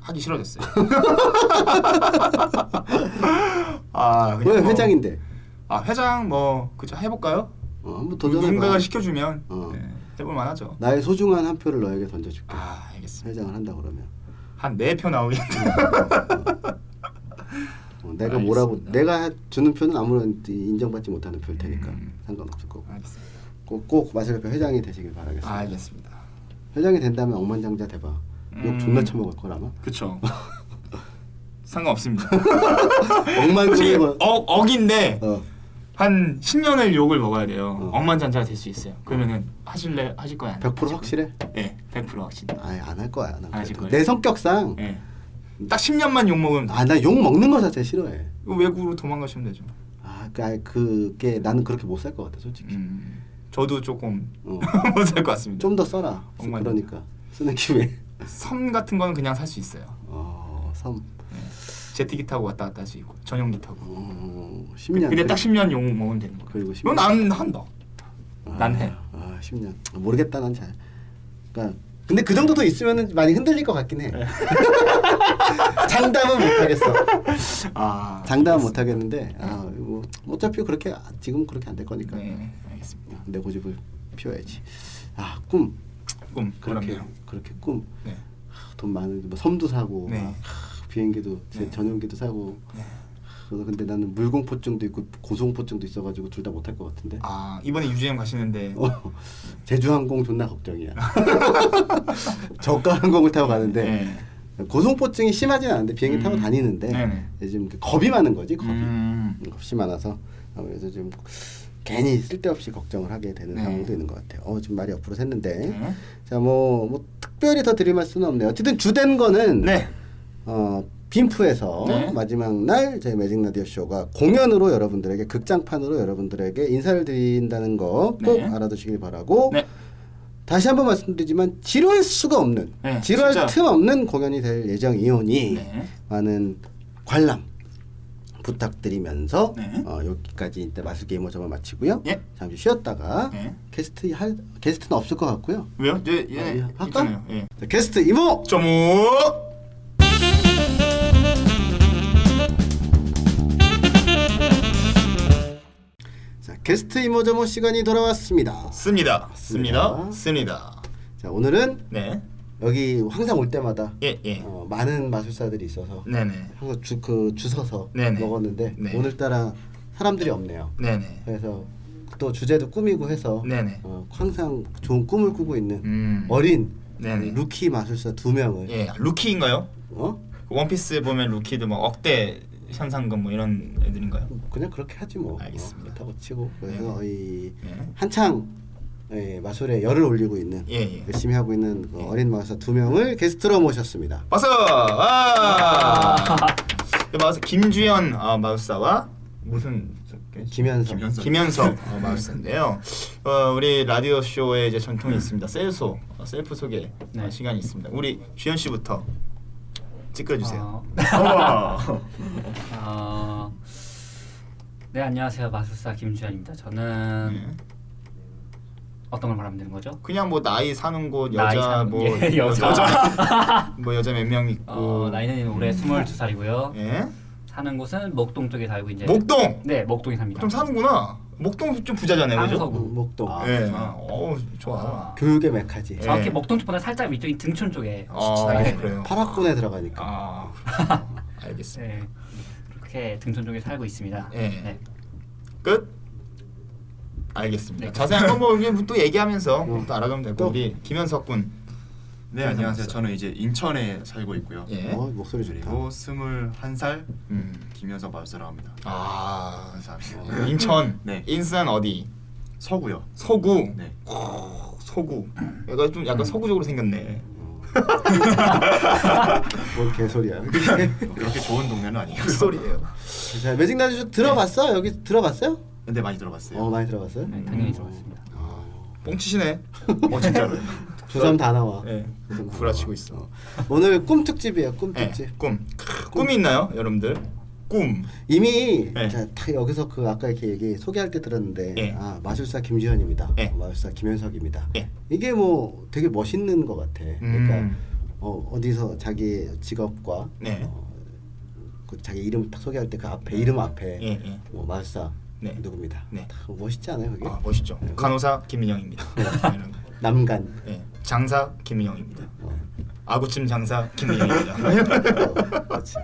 D: 하기 싫어졌어요.
A: (laughs)
D: 아, 그냥
A: 왜
D: 뭐-
A: 회장인데?
D: 아 회장 뭐 그저 해볼까요?
A: 어, 한번
D: 누군가가
A: 도전해봐.
D: 시켜주면
A: 어.
D: 네, 해볼 만하죠.
A: 나의 소중한 한 표를 너에게 던져줄게.
D: 아 알겠습니다.
A: 회장을 한다 그러면.
D: 한 네 표 나오겠는데.
A: 음. 어, 내가
D: 알겠습니다.
A: 뭐라고 내가 주는 표는 아무런 인정받지 못하는 표일 테니까
D: 음.
A: 상관없을 거고
D: 알겠습니다.
A: 꼭, 꼭 마술협회 회장이 되시길 바라겠습니다.
D: 아, 알겠습니다.
A: 회장이 된다면 억만장자 대박. 욕
D: 음.
A: 존나 처먹을 걸 아마.
D: 그쵸. (laughs) 상관없습니다. 솔직히
A: 억만장자.
D: 어, 억인데
A: 어.
D: 한 10년을 욕을 먹어야 돼요.
A: 어.
D: 억만장자가 될 수 있어요. 그러면은 하실래 하실 거야? 안
A: 100%
D: 하실 거야?
A: 확실해?
D: 네, 100% 확실.
A: 아예 안 할 거야. 난
D: 안 하실
A: 그래도.
D: 거예요?
A: 내 성격상
D: 예. 딱 10년만 욕 먹으면
A: 아 나 욕 먹는 거 자체 싫어해.
D: 외국으로 도망가시면 되죠.
A: 아, 그, 아니, 그게 나는 그렇게 못 살 것 같아 솔직히.
D: 음. 저도 조금
A: 어.
D: (laughs) 못살것 같습니다.
A: 좀 더 써라.
D: 억만장자.
A: 그러니까 쓰는 기회.
D: 섬 같은 거는 그냥 살 수 있어요.
A: (laughs) 어, 섬.
D: 제트기 타고 왔다 갔다 할 수 있고 전용기 타고.
A: 어,
D: 그-
A: 10년.
D: 근데 딱 10년 욕 먹으면 되는 거예요.
A: 그리고
D: 이건
A: 10년.
D: 안 한다. 난 해.
A: 아, 10년. 모르겠다, 난 잘. 그러니까 근데 그 정도 더 있으면 많이 흔들릴 것 같긴 (laughs) 해. 장담은 못 하겠어.
D: 아,
A: 장담은 못 하겠는데 아, 뭐 어차피 그렇게 지금 그렇게 안 될 거니까 아,
D: 네, 알겠습니다.
A: 내 고집을 피워야지. 아, 꿈.
D: 꿈
A: 그렇게
D: 그렇네요.
A: 그렇게 꿈.
D: 네.
A: 아, 돈 많은 뭐 섬도 사고
D: 네.
A: 막, 아, 비행기도 제-
D: 네.
A: 전용기도 사고.
D: 네.
A: 아, 근데 나는 물공포증도 있고 고소공포증도 있어가지고 둘 다 못 할 것 같은데.
D: 아 이번에 유지엠 가시는데
A: 어, 제주항공 존나 걱정이야. (laughs) 저가 항공을 타고 가는데
D: 네.
A: 고소공포증이 심하진 않은데 비행기 타고
D: 음.
A: 다니는데
D: 네네.
A: 요즘 그 겁이 많은 거지 겁이
D: 음.
A: 겁이 많아서 아무래도 좀 괜히 쓸데없이 걱정을 하게 되는
D: 네.
A: 상황도 있는 것 같아요. 어 지금 말이 옆으로 샜는데
D: 네.
A: 자뭐 뭐 특별히 더 드릴 말씀은 없네요. 어쨌든 주된 거는
D: 네.
A: 어, 빈프에서
D: 네.
A: 마지막 날 저희 매직 라디오 쇼가 공연으로 여러분들에게 극장판으로 여러분들에게 인사를 드린다는 거 꼭
D: 네.
A: 알아두시길 바라고
D: 네.
A: 다시 한번 말씀드리지만 지루할 수가 없는
D: 네,
A: 지루할
D: 진짜.
A: 틈 없는 공연이 될 예정이오니
D: 네.
A: 많은 관람 부탁드리면서
D: 네.
A: 어, 여기까지 이때 마술 게이머 점을 마치고요
D: 예.
A: 잠시 쉬었다가
D: 네.
A: 게스트 할 게스트는 없을 것 같고요
D: 왜요? 예, 예.
A: 아, 예. 할까?
D: 있잖아요. 예.
A: 자, 게스트 이모
D: 점오.
A: 자, 게스트 이모 점호 시간이 돌아왔습니다.
D: 씁니다.
A: 씁니다.
D: 씁니다. 씁니다.
A: 자 오늘은
D: 네.
A: 여기 항상 올 때마다
D: 예, 예.
A: 어, 많은 마술사들이 있어서
D: 네네.
A: 항상 주, 그 주서서
D: 음. 네네.
A: 먹었는데
D: 네.
A: 오늘따라 사람들이 없네요.
D: 네네.
A: 그래서 또 주제도 꾸미고 해서
D: 네네.
A: 어, 항상 좋은 꿈을 꾸고 있는
D: 음.
A: 어린
D: 네네.
A: 루키 마술사 두 명을
D: 예, 루키인가요? 그
A: 어?
D: 원피스 보면 루키도 막 억대 현상금 뭐 이런 애들인가요?
A: 그냥 그렇게 하지 뭐.
D: 알겠습니다.
A: 어, 그렇다고 치고 그래서 이
D: 예.
A: 한창 예, 마술에 열을 올리고 있는
D: 예, 예.
A: 열심히 하고 있는 그 어린 마술사 두 명을 게스트로 모셨습니다.
D: 박수! 아! 마우스 김주현 어, 마우스와 무슨 저게?
A: 김현석.
D: 김현석, 김현석 어, 마우스인데요. 어, 우리 라디오 쇼에 이제 전통이 있습니다. 셀소 어, 셀프 소개
A: 네.
D: 어, 시간이 있습니다. 우리 주현 씨부터 찌끄러주세요.
F: (laughs)
D: 어.
F: 어, 네 안녕하세요 마술사 김주현입니다.
A: 아,
F: 저는
A: 음.
D: 네.
F: 어떤 걸 말하면 되는 거죠?
D: 그냥 뭐 나이 사는 곳
F: 나이
D: 여자
F: 사는-
D: 뭐
F: (laughs) 예,
D: (laughs)
F: 여자. (laughs)
D: 뭐 음. 여자 몇 명 있고
F: 어, 나이는 올해 22살이고요.
D: 예?
F: 사는 곳은 목동 쪽에 살고 이제
D: 목동
F: 네 목동에 삽니다.
D: 좀 사는구나. 목동 좀 부자잖아요, 그죠?
F: 땅서구.
A: 음, 목동
F: 아,
D: 예. 어 좋아.
A: 교육의 메카지.
D: 예.
F: 정확히 목동 쪽보다 살짝 위쪽인 등촌 쪽에
D: 아,
F: 네.
D: 예, 그래요.
A: 파라곤에 들어가니까.
D: 아,
F: (laughs)
D: 그렇구나. 알겠습니다.
F: 네 그렇게 등촌 쪽에 살고 있습니다.
D: 예.
F: 네.
D: 끝. 알겠습니다.
F: 네.
D: 자세한
F: (laughs)
D: 건뭐 그냥 또 얘기하면서 뭐
A: 어.
D: 또 알아가면 되고
A: 또.
D: 우리 김현석 군.
G: 네 안녕하세요. 저는 이제 인천에 살고 있고요.
D: 예.
A: 어, 목소리 좋다.
G: 그리고 스물한 살
D: 음.
G: 김현석 마술사라고 합니다.
D: 아,
G: 감사합니다.
D: 인천.
G: 네.
D: 인천 어디?
G: 서구요.
D: 서구.
G: 네.
D: 서구. 약간 좀 약간 서구적으로 생겼네.
A: 뭔 개소리야.
G: 뭐 그렇게 좋은 동네는 아니에요.
D: 그 소리예요.
A: 자, 매직 나주 들어봤어? 여기 들어봤어요?
D: 네,
G: 근데 많이 들어봤어요.
A: 어 많이 들어봤어요?
F: 네,
D: 음.
F: 당연히 들어왔습니다.
D: 뻥치시네.
G: 어, 진짜로요.
A: 두점 다 나와.
D: 예.
A: 두점 다 나와.
D: 구라치고 있어.
A: 어. 오늘 꿈 특집이에요. 꿈
D: 예.
A: 특집.
D: 꿈. 크, 꿈이 있나요, 여러분들? 꿈.
A: 이미
D: 네.
A: 자, 다 여기서 그 아까 이렇게 얘기 소개할 때 들었는데
D: 네.
A: 아 마술사 김지현입니다. 어,
D: 네.
A: 마술사 김현석입니다.
D: 네.
A: 이게 뭐 되게 멋있는 것 같아. 그러니까
D: 음.
A: 어, 어디서 자기 직업과
D: 네.
A: 어, 그 자기 이름 딱 소개할 때 그 앞에 이름 앞에
D: 예, 예.
A: 뭐 마술사
D: 네.
A: 누굽니다.
D: 네.
A: 다 멋있지 않아요 그게? 네.
D: 아, 멋있죠. 간호사 김민영입니다. 이런 거.
A: 남간.
D: 예. 장사 김민영입니다.
A: 어.
D: 아구찜 장사 김민영입니다.
A: 그렇지.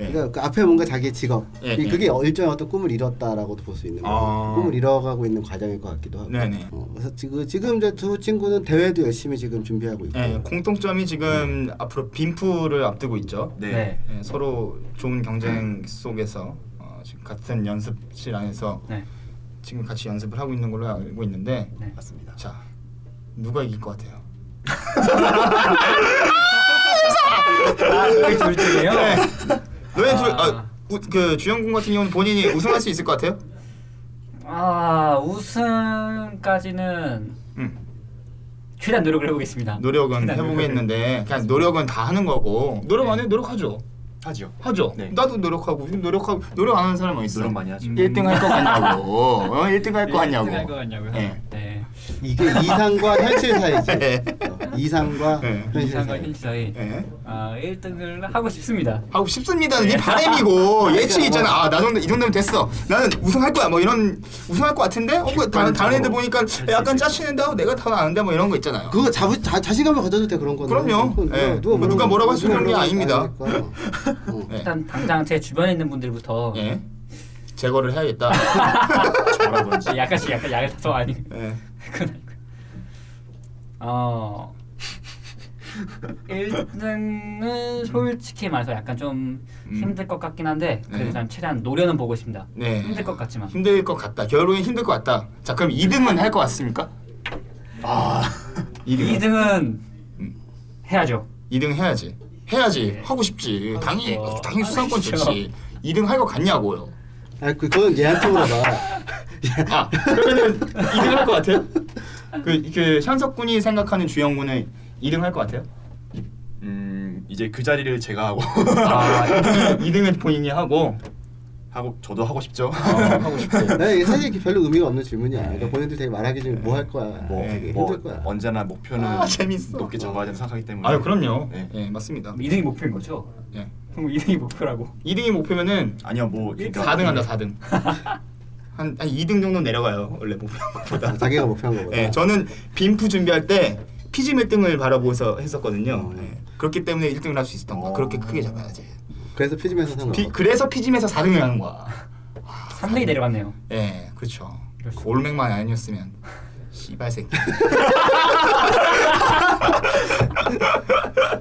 D: 예.
A: 그러니까 그 앞에 뭔가 자기의 직업
D: 예,
A: 이-
D: 예.
A: 그게 어- 일종의 어떤 꿈을 이뤘다라고도 볼 수 있는 거예요.
D: 아.
A: 꿈을 이뤄가고 있는 과정일 것 같기도 하고.
D: 네네.
A: 어, 그래서 지금 지금 이제 두 친구는 대회도 열심히 지금 준비하고 있고.
D: 예, 공통점이 지금 앞으로 빈프를 앞두고 있죠.
G: 네.
F: 네.
D: 예, 서로 좋은 경쟁 속에서 어, 지금 같은 연습실 안에서
F: 네.
D: 지금 같이 연습을 하고 있는 걸로 알고 있는데
F: 네.
G: 맞습니다.
D: 자 누가 이길 것 같아요?
F: 아, 저희 둘 중에요?
D: (laughs) 네. 너희 둘, 아,
F: 아.
D: 우, 그 주영군 같은 경우는 본인이 우승할 수 있을 것 같아요?
F: 아 우승까지는
D: 응.
F: 최대한 노력을 해보겠습니다.
D: 노력은
F: 최대한 노력을
D: 해보겠는데 그냥 노력은 다 하는 거고 네, 노력 안 해도 노력하죠.
G: 하지요.
D: 하죠.
G: 네.
D: 나도 노력하고 지금 노력하고 노력 안 하는 사람은 있어.
G: 노력 많이 하죠.
D: 1등 할 것 같냐고. (laughs) 어, 1등 할 것
F: 네,
D: 같냐고.
F: 할것 같냐고요?
D: 예.
F: 네.
A: 이게
D: (laughs)
A: 이상과 현실 사이지.
D: 예.
A: 어, 이상과
D: 예.
A: 현실
F: 이상과
A: 사이.
F: 현실사이
D: 예.
F: 아 1등을 하고 싶습니다.
D: 하고 싶습니다. 네 바람이고 예측 있잖아. 아 나 정도 이 정도면 됐어. 나는 우승할 거야. 뭐 이런 우승할 것 같은데. 어, 뭐 다른 다른 애들 보니까 약간 짜치는데 어, 내가 더 아는데 뭐 이런 거 있잖아요.
A: 그거 자부, 자, 자신감을 가져도 돼 그런 거는.
D: 그럼요.
A: 그건
D: 예. 뭐 누가
A: 뭐라고
D: 뭐라고 할수 있는 게
A: 누가
D: 아닙니다.
A: 뭐라고 하지 않을 거야. 어.
D: 네.
F: 일단 당장 제 주변에 있는 분들부터
D: 예. 제거를 해야겠다.
G: 저라든지.
F: (laughs) 약간씩 약간 약을 타서 아니
D: 예.
F: 그건 아니고. 어 1등은 솔직히 말해서 약간 좀 힘들 것 같긴 한데 그래도
D: 음. 네.
F: 일단 최대한 노려는 보고 있습니다.
D: 네.
F: 힘들 것 같지만
D: 힘들 것 같다. 결국엔 힘들 것 같다. 자 그럼 2등은 할 것 같습니까? 아 2등.
F: 2등은
D: 음.
F: 해야죠.
D: 2등 해야지. 해야지.
F: 예.
D: 하고 싶지. 당연히
F: 싶죠.
D: 당연히 수상권
F: 하고 싶죠.
D: 좋지. 2등 할 것 같냐고요.
A: 아, 그- 그건 얘한테 물어봐.
D: 아 그러면은 2등 할 것 같아요? 그, 그 현석 군이 생각하는 주영 군은 2등 할 것 같아요?
G: 음 이제 그 자리를 제가 하고 (laughs)
D: 아 2등은 본인이 하고
G: 하고 저도 하고 싶죠.
D: 어,
G: 아,
D: 네. 하고 싶고
A: 네, 이게 사실 이게 별로 의미가 없는 질문이야. 그러니까 본인들 되게 말하기
D: 네.
A: 전에 뭐 할 거야. 뭐,
G: (laughs) 뭐,
A: 되게
G: 뭐
A: 힘들 거야.
G: 언제나 목표는
D: 아, 재밌어.
G: 높게 잡아야 된다 생각하기 때문에.
D: 아유 그럼요. 예
G: 네.
D: 맞습니다.
F: 2등이 목표인 거죠?
D: 예.
F: 그럼 2등이 목표라고.
D: 2등이 목표면은
G: 아니요 뭐 그러니까
D: 4등 한다 (laughs) 4등. 한, 한 2등 정도 내려가요 원래 목표보다.
A: 아, 자기가 목표한 거보다.
D: 예, 저는 빈프 준비할 때 피지 1등을 바라보고서 했었거든요. 예, 그렇기 때문에 1등을 할 수 있었던 거야. 그렇게 크게 잡아야지. 음.
A: 그래서 피지면서 상관.
D: 비, 그래서 피짐에서 4등을 하는 거야.
F: 3등이 내려갔네요.
D: 예, 그렇죠.
F: 그렇죠.
D: 그 올맥만 아니었으면 씨발 새끼.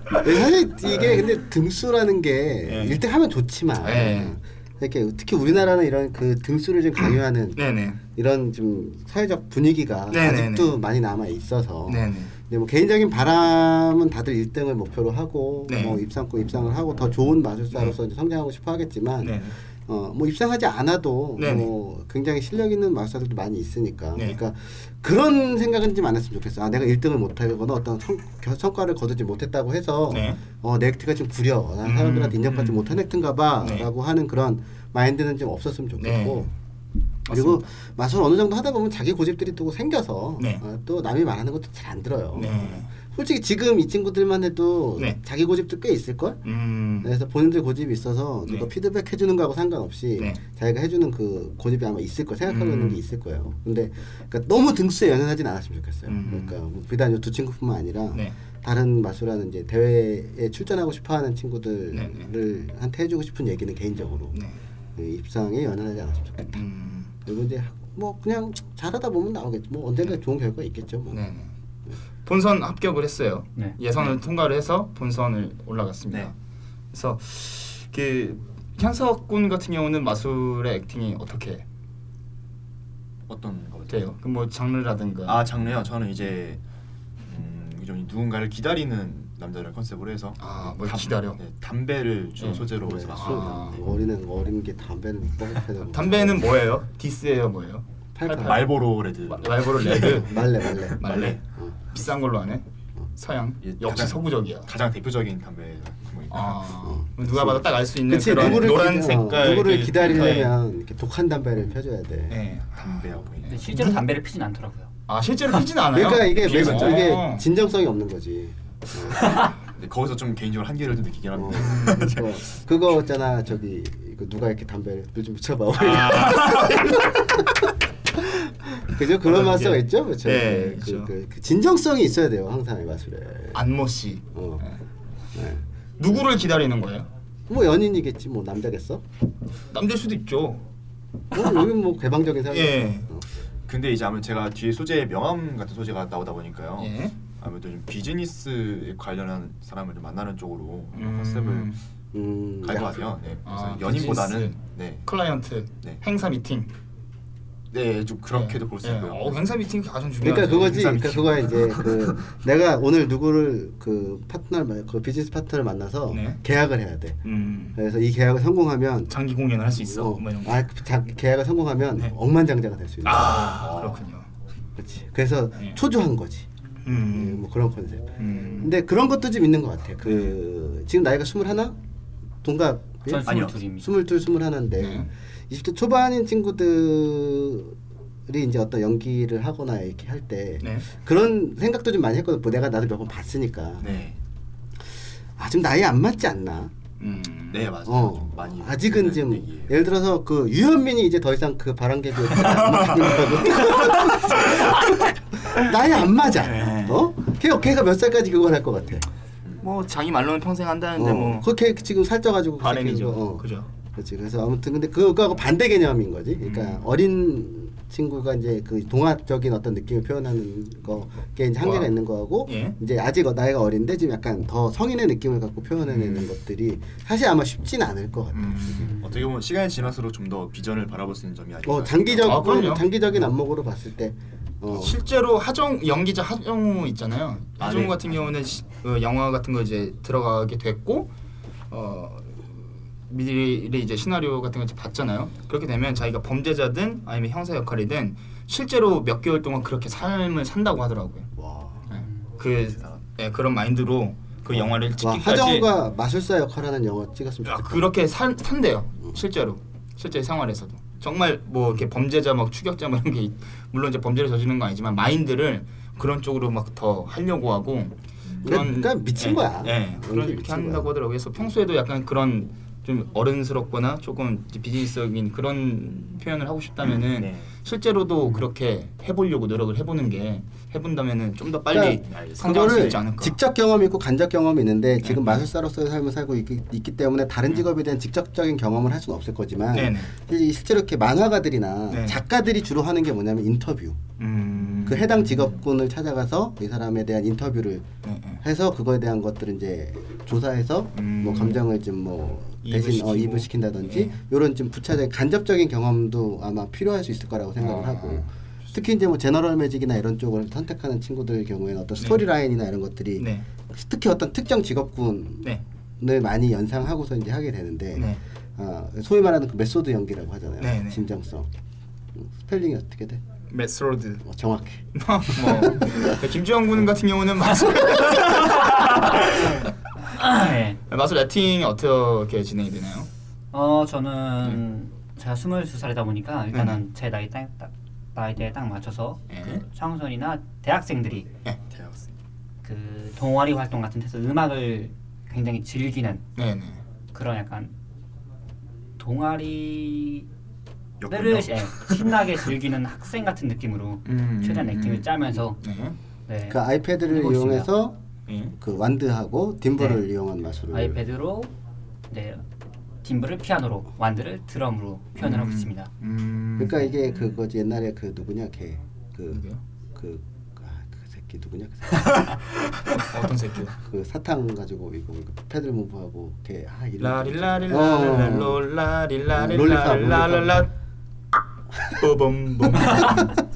A: 사실 이게 근데 등수라는 게
D: 예.
A: 일 1등 하면 좋지만
D: 예.
A: 이렇게 특히 우리나라는 이런 그 등수를 좀 강요하는
D: 네네.
A: 이런 좀 사회적 분위기가
D: 네, 네,
A: 아직도 많이 남아 있어서
D: 네네.
A: 근데 뭐 개인적인 바람은 다들 1등을 목표로 하고
D: 네.
A: 뭐 입상고 입상을 하고 더 좋은 마술사로서 이제 성장하고 싶어 하겠지만
D: 네네.
A: 어 뭐 입상하지 않아도
D: 네,
A: 뭐 굉장히 실력 있는 마술사들도 많이 있으니까
D: 네.
A: 그러니까 그런 생각은 좀 안 했으면 좋겠어. 아 내가 1등을 못 하거나 어떤 성, 겨- 성과를 거두지 못했다고 해서
D: 네.
A: 어, 내 액트가 좀 구려. 난 사람들한테
D: 음,
A: 인정받지
D: 음.
A: 못한 액트인가
D: 네.
A: 봐라고 하는 그런 마인드는 좀 없었으면 좋겠고
D: 네.
A: 그리고 마술 어느 정도 하다 보면 자기 고집들이 또 생겨서
D: 네.
A: 어, 또 남이 말하는 것도 잘 안 들어요.
D: 네.
A: 솔직히 지금 이 친구들만 해도
D: 네.
A: 자기 고집도 꽤 있을 걸.
D: 음.
A: 그래서 본인들 고집이 있어서 누가
D: 네.
A: 피드백 해주는 거하고 상관없이
D: 네.
A: 자기가 해주는 그 고집이 아마 있을 거 생각하고 있는
D: 음.
A: 게 있을 거예요. 근데 그러니까 너무 등수에 연연하진 않았으면 좋겠어요.
D: 음.
A: 그러니까 뭐 비단 이 두 친구뿐만 아니라
D: 네.
A: 다른 마술하는 이제 대회에 출전하고 싶어하는
D: 네,
A: 친구들을 한테 해주고 싶은 얘기는 개인적으로
D: 네.
A: 그 입상에 연연하지 않았으면 좋겠어요.
D: 음.
A: 그리고 이제 뭐 그냥 잘하다 보면 나오겠죠. 뭐 언젠가 좋은 결과 있겠죠. 뭐.
D: 네. 네네. 본선 합격을 했어요.
F: 네.
D: 예선을 통과를 해서 본선을 올라갔습니다.
G: 네.
D: 그래서 그 현석 군 같은 경우는 마술의 액팅이 어떻게
G: 어떤 거
D: 돼요? 그 뭐 장르라든가.
G: 음, 아 장르요. 저는 이제 음, 좀 누군가를 기다리는 남자를 컨셉으로 해서
D: 아, 뭘 기다려?
G: 네, 담배를 주로
D: 네.
G: 소재로
A: 그래서
G: 해서
A: 막
G: 아,
A: 술, 어리는 어린 게 담배는 뻑뻑해서
D: 담배는 아, 뭐예요? 디스예요, 뭐예요?
A: 팔팔
G: 네. 말보로 레드
D: 마- 말보로 레드.
A: 말래 말래.
D: 말레.
A: 어.
D: 비싼 걸로 하네. 서양.
G: 예,
D: 역시
G: 가장-
D: 서구적이야.
G: 가장 대표적인 담배 제품입니다.
D: 아, 누가 봐도 딱 알 수 있는
A: 그치
D: 그런
A: 누구를
D: 노란
A: 기다-
D: 색깔
A: 누구를 아,
D: 그
A: 기다리려면 이렇게 독한 담배를 펴줘야 돼.
D: 예. 네.
G: 담배하고 있는.
F: 근데 실제로 담배를 피진 않더라고요.
D: 아, 실제로 피진 않아요.
A: 그러니까 이게 매,
D: 비싸죠.
A: 이게
D: 어.
A: 진정성이 없는 거지.
G: 근데 거기서 좀 개인적으로 한계를 좀 느끼긴
D: 음.
A: 어,
G: 합니다.
A: 그거,
D: (laughs)
A: 그거 있잖아 저기 이거 누가 이렇게 담배를 좀 붙여봐.
D: 아.
A: (laughs) 그죠 그런
D: 어떤
A: 맛수가
D: 게-
A: 있죠 그렇죠.
D: 아, 네,
A: 그,
D: 그쵸.
A: 그- 그 진정성이 있어야 돼요 항상 이 마술에.
D: 안모 씨.
A: 어. 네.
D: 누구를 기다리는 거예요?
A: 뭐 연인이겠지 뭐 남자겠어?
D: 남자일 수도 있죠.
A: 뭐 여기 뭐 (laughs) 개방적인 사람.
D: 예.
A: 어.
G: 근데 이제 아무래도 제가 뒤에 소재에 명함 같은 소재가 나오다 보니까요.
D: 예.
G: 아무래도 좀 비즈니스에 관련한 사람을 좀 만나는 쪽으로
D: 음.
G: 컨셉을
A: 음,
G: 갈 것
A: 야,
G: 같아요. 네. 그래서
D: 아,
G: 연인보다는
D: 비즈니스.
G: 네.
D: 클라이언트
G: 네.
D: 행사 미팅.
G: 네, 좀 그렇게도 볼 수
D: 예.
G: 있고요.
D: 어, 행사 미팅 가장 중요하죠.
A: 그러니까 그거지. 그러니까
D: 행사 미팅.
A: 그거야
D: (laughs)
A: 이제 그 내가 오늘 누구를 그 파트너를 만- 그 비즈니스 파트너를 만나서
D: 네.
A: 계약을 해야 돼.
D: 음.
A: 그래서 이 계약을 성공하면
D: 장기 공연을 할 수 있어.
A: 어,
D: 뭐 이런 거.
A: 아, 그 자, 계약을 성공하면
D: 네.
A: 억만장자가 될 수 있는.
D: 아, 그렇군요.
A: 그렇지. 그래서
D: 네.
A: 초조한 거지. 예,
D: 음.
A: 뭐 그런 컨셉.
D: 음.
A: 근데 그런 것도 좀 있는 것 같아. 그
G: 네.
A: 지금 나이가 스물 하나 동갑.
F: 전
G: 아니요.
F: 22입니다.
A: 스물둘 스물하나인데
D: 네.
A: 20대 초반인 친구들이 이제 어떤 연기를 하거나 이렇게 할 때
D: 네.
A: 그런 생각도 좀 많이 했거든. 뭐 내가 나도 몇 번 봤으니까
G: 네.
A: 아 지금 나이 안 맞지 않나?
D: 음.
G: 네, 맞아요.
A: 어
G: 좀 많이
A: 아직은
G: 듣는
A: 좀
G: 얘기예요.
A: 예를 들어서 그 유현민이 이제 더 이상 그 바람개비 안 맞는다고. (laughs) 나이 안 맞아.
G: 네.
A: 어? 걔 걔가 몇 살까지 그걸 할 것 같아.
D: 뭐 자기 말로는 평생 한다는데
A: 어.
D: 뭐
A: 그렇게 지금 살쪄가지고
D: 바램이죠.
A: 그거, 어.
D: 그죠.
A: 그렇지. 그래서 아무튼 근데 그거하고 반대 개념인 거지. 그러니까
D: 음.
A: 어린 친구가 이제 그 동화적인 어떤 느낌을 표현하는 거게 이제 한계가
D: 와.
A: 있는 거하고
D: 예.
A: 이제 아직 어- 나이가 어린데 지금 약간 더 성인의 느낌을 갖고 표현해내는
D: 음.
A: 것들이 사실 아마 쉽진 않을 것 같아. 요
G: 음. 어떻게 보면 시간이 지날수록 좀 더 비전을 바라볼 수 있는 점이 아닐까.
A: 어 장기적
D: 아, 그럼요.
A: 장기적인 안목으로 봤을 때 어,
D: 실제로 하정 연기자 하정우 있잖아요.
G: 아,
D: 하정우
G: 네.
D: 같은 경우는 시, 어, 영화 같은 거 이제 들어가게 됐고 어 미리 이제 시나리오 같은 거 이제 봤잖아요. 그렇게 되면 자기가 범죄자든 아니면 형사 역할이든 실제로 몇 개월 동안 그렇게 삶을 산다고 하더라고요.
A: 와,
D: 예. 그 예, 그런 마인드로 그
A: 아,
D: 영화를
A: 어. 와
D: 찍기까지
A: 하정우가 마술사 역할하는 영화 찍었으면
D: 아,
A: 좋겠다.
D: 그렇게 산, 산대요. 실제로 실제 생활에서도 정말 뭐 이렇게 범죄자 막 추격자 막 이런 게 있- 물론 이제 범죄를 저지르는 건 아니지만 마인드를 그런 쪽으로 막 더 하려고 하고
A: 그러니까 미친 거야.
D: 예,
A: 이게
D: 그런
A: 미친
D: 이렇게
A: 거야.
D: 한다고 하더라고요. 그래서 평소에도 약간 그런 좀 어른스럽거나 조금 이제 비즈니스적인 그런 표현을 하고
A: 음,
D: 싶다면은
G: 네.
D: 실제로도 그렇게 해보려고 노력을 해보는 게 해본다면은 좀 더 빨리
A: 그러니까
D: 성장할 수
A: 그거를
D: 있지 않을까.
A: 직접 경험이 있고 간접 경험이 있는데 지금
D: 네. 음.
A: 마술사로서의 삶을 살고 있, 기 때문에 다른 직업에 대한 직접적인 경험을 할 수는 없을 거지만
D: 네네.
A: 이- 실제로 이렇게 만화가들이나
D: 네.
A: 작가들이 주로 하는 게 뭐냐면 인터뷰.
D: 음.
A: 그 해당 직업군을 찾아가서 이 사람에 대한 인터뷰를
D: 네, 네.
A: 해서 그거에 대한 것들을 이제 조사해서
D: 음.
A: 뭐 감정을 좀 뭐 대신
D: 이입을
A: 어,
D: 시키고.
A: 이입시킨다든지
D: 네.
A: 이런 좀 부차적인 간접적인 경험도 아마 필요할 수 있을 거라고 생각을
D: 아,
A: 하고 특히 이제 뭐 제너럴 매직이나 이런 쪽을 선택하는 친구들 경우에는 어떤 스토리 라인이나 이런 것들이
D: 네.
A: 특히 어떤 특정 직업군을
D: 네.
A: 많이 연상하고서 이제 하게 되는데
D: 네.
A: 아, 소위 말하는 그 메소드 연기라고 하잖아요
D: 네, 네.
A: 진정성 음, 스펠링이 어떻게 돼?
D: 메스로드.
A: 어, 정확해
D: 뭐 그 김주영 군 같은 경우는 마술
F: 네.
D: 마술 레팅 어떻게 진행이 되나요?
F: 어 저는
D: 네.
F: 제가 22살이다 보니까 일단은 제 나이 딱, 딱 나이대에 딱 맞춰서
D: 예.
F: 그 청소년이나 대학생들이
G: 대학생.
F: 그 동아리 활동 같은 데서 음악을 굉장히 즐기는
D: 네네.
F: 그런 약간 동아리를
G: 역군요.
F: 예, 신나게 즐기는 학생 같은 느낌으로
D: 음,
F: 최대한
D: 음,
F: 액팅을
D: 음.
F: 짜면서
D: 네.
F: 네,
A: 그 아이패드를
F: 해보고 있습니다.
A: 이용해서
D: 예.
A: 그 완드하고 딤벌을 이용한 마술을
F: 네. 아이패드로 네, 딤브를 피아노로 완드를 드럼으로 표현을 하고 있습니다.
D: 음.
A: 그러니까 이게 그거지 옛날에 그 누구냐 그,
D: 누구요?
A: 걔그그 아, 그 새끼 누구냐 그, 새끼.
D: 어떤 새끼요?
A: 그 사탕 가지고 이거 이거 패들 무브하고 걔아 이름 어.
D: 라릴라릴라릴라릴라릴라릴라릴라 뽀bom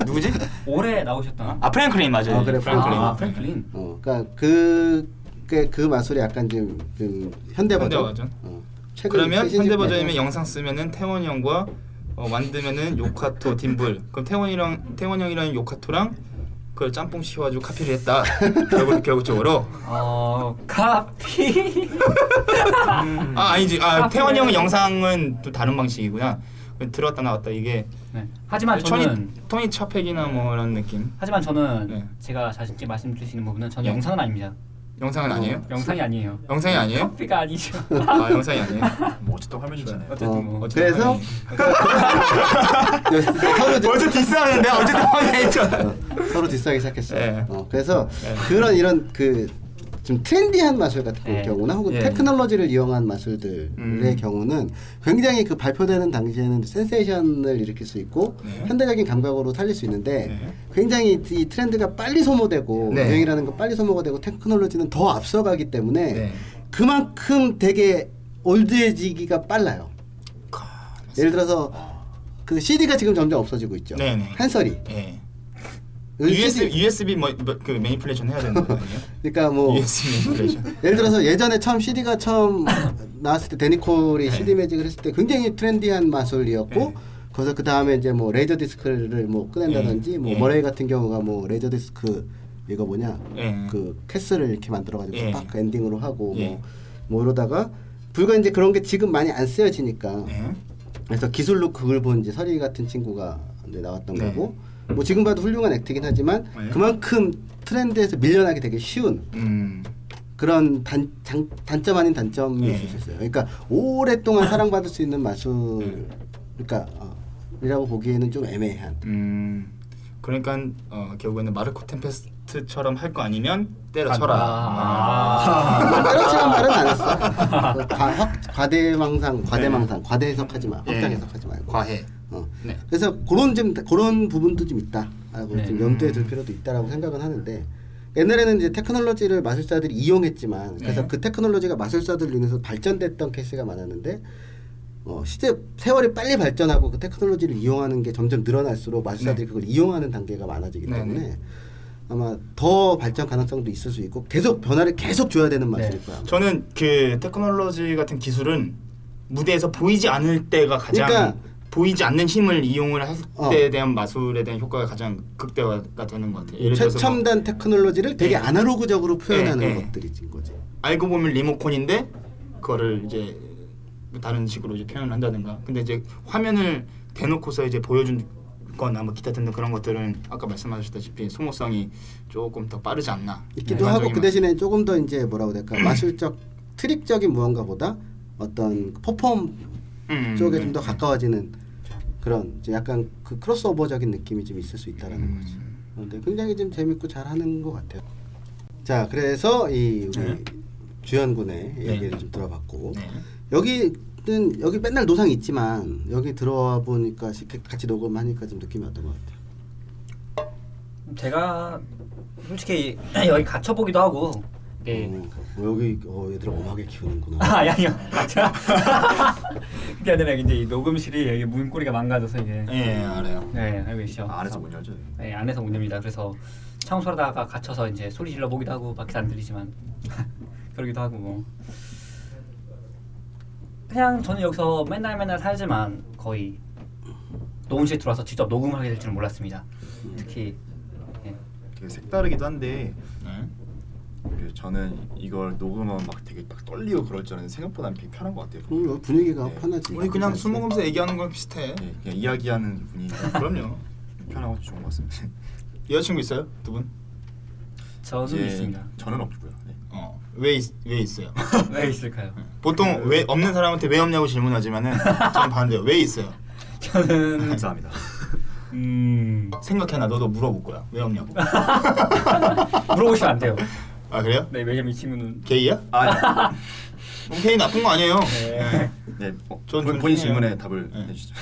D: 누구지?
F: 올해 나오셨던
D: 아 프랭클린 맞아요.
A: 아, 그래,
D: 프랭클린.
F: 아, 프랭클린.
A: 어 그러니까 그그 그 마술이 약간 좀, 좀 현대 버전
D: 현대 버전.
A: 어, 네. 최근
D: 그러면
A: 최신
D: 현대
A: 시대죠.
D: 버전이면 영상 쓰면은 태원이 형과 어, 완드면은 요카토 딤블. 그럼 태원이랑 태원 형이랑 요카토랑 그걸 짬뽕 시켜가지고 카피를 했다. 결국 결국적으로
F: 어 카피
G: 음.
D: 아 아니지 아
F: 카피를-
D: 태원 형은 영상은 또 다른 방식이구나. 그 들어왔다 나왔다 이게
F: (laughs) 네. 하지만
D: 토니-
F: 저는
D: 토니 차팩이나 뭐 이런 느낌
F: 하지만 저는
D: 네.
F: 제가 자신 있게 말씀 주시는 부분은 저는
D: 네.
F: 영상은 아닙니다.
D: 영상은 아니에요?
F: 영상이 아니에요.
D: 영상이 (laughs) 아니에요?
F: 카피가 (laughs) 아니죠.
D: 아 영상이 아니에요?
G: 뭐 어쨌든 화면이잖아요.
F: 어쨌든
A: 어,
F: 뭐.
D: 어쨌든
A: 그래서 (laughs) 서로 좀-
D: 벌써 디스하는데 어쨌든 (laughs) 네, 화면이죠.
A: 서로 디스하기 시작했어요.
D: 예.
A: 어, 그래서
D: 예.
A: 그런 이런 그 좀 트렌디한 마술 같은
F: 예.
A: 경우나 혹은
D: 예.
A: 테크놀로지를 이용한 마술들의
D: 음.
A: 경우는 굉장히 그 발표되는 당시에는 센세이션을 일으킬 수 있고
D: 네.
A: 현대적인 감각으로 살릴 수 있는데
D: 네.
A: 굉장히 이 트렌드가 빨리 소모되고
D: 네.
A: 유행이라는 건 빨리 소모가 되고 테크놀로지는 더 앞서가기 때문에
D: 네.
A: 그만큼 되게 올드해지기가 빨라요. 예를 들어서 그 CD가 지금 점점 없어지고 있죠.
D: 네, 네.
A: 한설이.
D: 예.
A: 은
D: USB
A: CD
D: USB 뭐그 매니플레이션 해야 되는 거 아니에요?
A: 그러니까
D: 어.
A: 뭐
D: USB 매니플레이션.
A: 예를 들어서 예전에 처음 CD가 처음 나왔을 때 데니콜이 CD 매직을 했을 때 굉장히 트렌디한 마술이었고
D: 네.
A: 거기서 그 다음에 이제 뭐 레이저 디스크를 뭐 꺼낸다든지
D: 네.
A: 뭐
D: 네.
A: 머레이 같은 경우가 뭐 레이저 디스크 이거 뭐냐
D: 네.
A: 그 캐스를 이렇게 만들어가지고
D: 네.
A: 빡 엔딩으로 하고
D: 네.
A: 뭐, 뭐 이러다가 불과 이제 그런 게 지금 많이 안 쓰여지니까
D: 예.
A: 그래서 기술로 그걸 본 이제 서리 같은 친구가 이제 나왔던
D: 네.
A: 거고 뭐 지금 봐도 훌륭한 액트긴 하지만
D: 네.
A: 그만큼 트렌드에서 밀려나기 되게 쉬운
D: 음.
A: 그런 단, 장, 단점 아닌 단점이
D: 네.
A: 있으셨어요. 그러니까 오랫동안 사랑받을 수 있는 마술, 그러니까 어, 이라고 보기에는 좀 애매한.
D: 음. 그러니까 어, 결국에는 마르코 템페스트처럼 할 거 아니면 때려쳐라.
F: 아.
A: 그렇지만 말은 안 했어. 과, 확, 과대망상, 과대망상, 과대해석하지 마,
D: 예.
A: 확장해석하지 말고.
D: 과해.
A: 어.
D: 네.
A: 그래서 그런 좀 그런 부분도 좀 있다라고
F: 네.
A: 좀 염두에 둘 필요도 있다라고 생각은 하는데 옛날에는 이제 테크놀로지를 마술사들이 이용했지만 그래서
D: 네.
A: 그 테크놀로지가 마술사들로 인해서 발전됐던 케이스가 많았는데 어, 시대 세월이 빨리 발전하고 그 테크놀로지를 이용하는 게 점점 늘어날수록 마술사들이 그걸 이용하는 단계가 많아지기
D: 네,
A: 때문에
D: 네.
A: 아마 더 발전 가능성도 있을 수 있고 계속 변화를 계속 줘야 되는
D: 네.
A: 마술일 거야.
D: 저는 그 테크놀로지 같은 기술은 무대에서 보이지 않을 때가 가장
A: 그러니까-
D: 보이지 않는 힘을 이용을 할
A: 어.
D: 때에 대한 마술에 대한 효과가 가장 극대화가 되는 것 같아요. 예를 들어서 뭐
A: 최첨단 테크놀로지를 되게
D: 네.
A: 아날로그적으로 표현하는
D: 네, 네.
A: 것들이 진 거지.
D: 알고 보면 리모컨인데 그거를 이제 다른 식으로 이제 표현을 한다든가. 근데 이제 화면을 대놓고서 이제 보여준 거나 뭐 기타 등등 그런 것들은 아까 말씀하셨다시피 소모성이 조금 더 빠르지 않나. 네,
A: 그 있기도 하고 그 대신에 조금 더 이제 뭐라고 해야 될까 마술적 트릭적인 무언가보다 어떤 퍼폼
D: 음,
A: 쪽에
D: 음,
A: 좀 더
D: 음.
A: 가까워지는 그런 이제 약간 그 크로스오버적인 느낌이 좀 있을 수 있다라는
D: 음.
A: 거지. 근데 굉장히 좀 재밌고 잘하는 것 같아요. 자, 그래서 이 우리
D: 네.
A: 주연군의
D: 네.
A: 얘기를 좀 들어봤고
D: 네.
A: 여기는 여기 맨날 노상 있지만 여기 들어와 보니까 시- 같이 녹음하니까 좀 느낌이 어떤 것 같아요?
F: (laughs) 제가 솔직히 여기 갇혀 보기도 하고
D: 네.
F: 이게
A: 어, 어, 여기 어, 얘들아 엄하게
D: (laughs)
A: 키우는구나.
F: 아, 아니요. 갇혀. (laughs) 그게 아니라 이제 이 녹음실이 여기 문고리가 망가져서 이게
D: 예 알아요.
F: 네, 알고 계시죠.
G: 아, 안에서 못 열죠.
F: 네, 안에서 못 냅니다. 그래서 청소하다가 갇혀서 이제 소리 질러 보기도 하고 밖에 안 들리지만 (laughs) 그러기도 하고 뭐 그냥 저는 여기서 맨날 맨날 살지만 거의 녹음실 들어와서 직접 녹음을 하게 될 줄은 몰랐습니다. 특히 네.
G: 되게 색다르기도 한데
D: 네.
G: 그 저는 이걸 녹음하면 막 되게 막 떨리고 그럴 줄 알았는데 생각보다 되게 편한 것 같아요.
A: 음, 분위기가
G: 네.
A: 편하지.
D: 우리 그냥 술 먹으면서 얘기하는 거랑 비슷해.
A: 예.
G: 네, 그냥 이야기하는 분위기가
D: 아, 그럼요.
G: (laughs) 편하고 좋은 것 같습니다.
D: 여자친구 있어요? 두 분?
F: 저는 (laughs)
G: 예,
F: 있습니다.
G: 저는 없고요. 네.
D: 어. 왜, 있, 왜 있어요?
F: 왜 있을까요?
D: 보통 왜 없는 사람한테 왜 없냐고 질문하지만은 저는 반대요. 왜 있어요?
F: 저는
G: 감사합니다.
F: 음
D: 생각해놔. 너도 물어볼 거야. 왜 없냐고.
F: 물어보시면 안 돼요.
D: 아 그래요?
F: 네, 왜냐면 이 친구는
D: 게이야?
G: 아,
D: 그럼 게이 나쁜 거 아니에요. 네.
G: 네. 어,
D: 전
G: 본, 본인
D: 존중해요.
G: 질문에 답을
D: 네.
G: 해주시죠.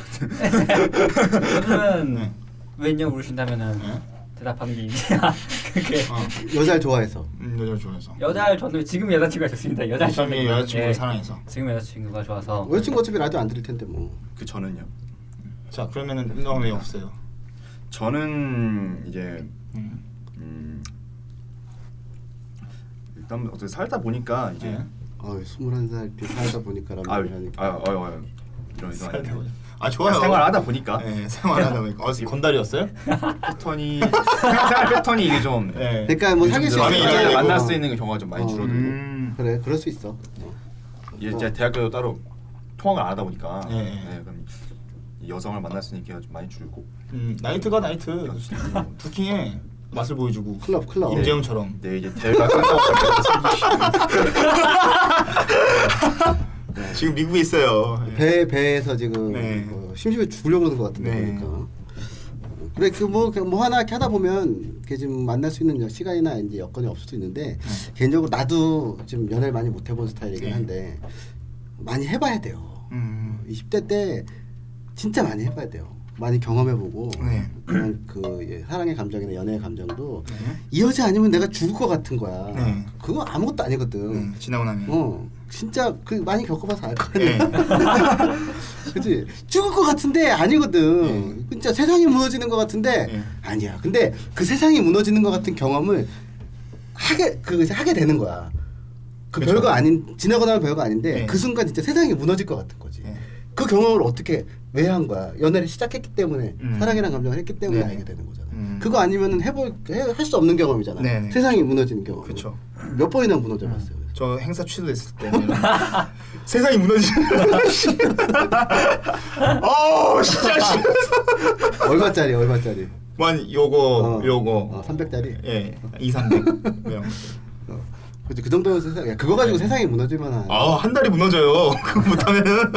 G: (laughs)
F: 저는
D: 네.
F: 왜냐 물으신다면은
D: 네.
F: 대답하는 게 이제 그게
D: 어.
A: 여자를 좋아해서
D: 음, 여자 좋아해서.
F: 여자를 저는 지금 여자친구가 좋습니다. 여자
D: 이상의
F: 네.
D: 여자친구를 사랑해서.
F: 지금 여자친구가 좋아서
A: 여자친구 어차피 라디오 안 들을 텐데 뭐.
G: 그 저는요.
D: 자 그러면은 너왜 없어요?
G: 저는 이제
D: 음.
G: 음, 일단 어떻게 살다 보니까 이제
D: 네.
A: 어, 21살 때 살다 보니까
G: 아유,
A: 라면 하니까.
G: 아유, 어. 아유, 아유, 이런 이상한
D: 살다 보자. 아 좋아요.
G: 생활하다 보니까
D: 네, 생활하다 보니까. 어, 건달이었어요?
G: 패턴이 (laughs) 생활 패턴이 이게 좀
D: 네.
A: 그러니까 뭐
G: 요즘
A: 사귈 수
G: 들어서
D: 있는
G: 사람을
D: 거고.
G: 만날 수 있는 경우가 좀 많이
A: 어.
G: 줄어들고
D: 음.
A: 그래, 그럴 수 있어. 어.
G: 이제 제가 대학교도 따로 통학을 안 하다 보니까
D: 예, 예.
G: 네, 그럼 이 여성을 만날 수 있는 기회가 좀 많이 줄고
D: 음, 나이트가 나이트. 부킹에 맛을 보여주고.
A: 클럽, 클럽.
D: 임재웅처럼.
G: 네 이제 대회가 끝나고
D: 지금 미국에 있어요. 네.
A: 네. 그 배 배에서 지금
D: 네.
A: 어, 심심해 죽으려고 그러는 것 같은데
D: 네.
A: 보니까. 그래 그뭐뭐 뭐 하나 이렇게 하다 보면 이렇게 좀 만날 수 있는 시간이나 이제 여건이 없을 수도 있는데 개인적으로 나도 지금 연애를 많이 못 해본 스타일이긴
D: 네.
A: 한데 많이 해봐야 돼요.
D: 음.
A: 20대 때 진짜 많이 해봐야 돼요. 많이 경험해보고
D: 네.
A: 그런 그 예, 사랑의 감정이나 연애의 감정도
D: 네.
A: 이 여자 아니면 내가 죽을 것 같은 거야.
D: 네.
A: 그거 아무것도 아니거든.
D: 음, 지나고 나면.
A: 어 진짜 그 많이 겪어봐서 알 거
D: 네.
A: 아니야. (laughs) 그치 죽을 것 같은데 아니거든. 진짜 세상이 무너지는 것 같은데
D: 네.
A: 아니야. 근데 그 세상이 무너지는 것 같은 경험을 하게 그 하게 되는 거야. 그
D: 그쵸.
A: 별거 아닌 지나고 나면 별거 아닌데
D: 네.
A: 그 순간 진짜 세상이 무너질 것 같은 거지.
D: 네.
A: 그 경험을 어떻게 왜 한 거야? 연애를 시작했기 때문에
D: 음.
A: 사랑이라는 감정을 했기 때문에
D: 네.
A: 알게 되는 거잖아.
D: 음.
A: 그거 아니면은 해볼 할 수 없는 경험이잖아.
D: 네, 네.
A: 세상이 무너지는 경험.
D: 그쵸. 음.
A: 몇 번이나 무너져봤어요.
D: 저 행사 취소됐을 때 (laughs) 세상이 무너지는 씨. (laughs) 어 진짜 씨.
A: 얼마짜리 얼마짜리?
D: 완 요거
A: 어,
D: 요거
A: 어, 300짜리?
D: 예 2, 300 이런
A: 어. 그치 그 정도면 세상 야 그거 가지고 세상이 무너질만한.
D: 네. 아한 달이 무너져요 (laughs) 그거 못하면은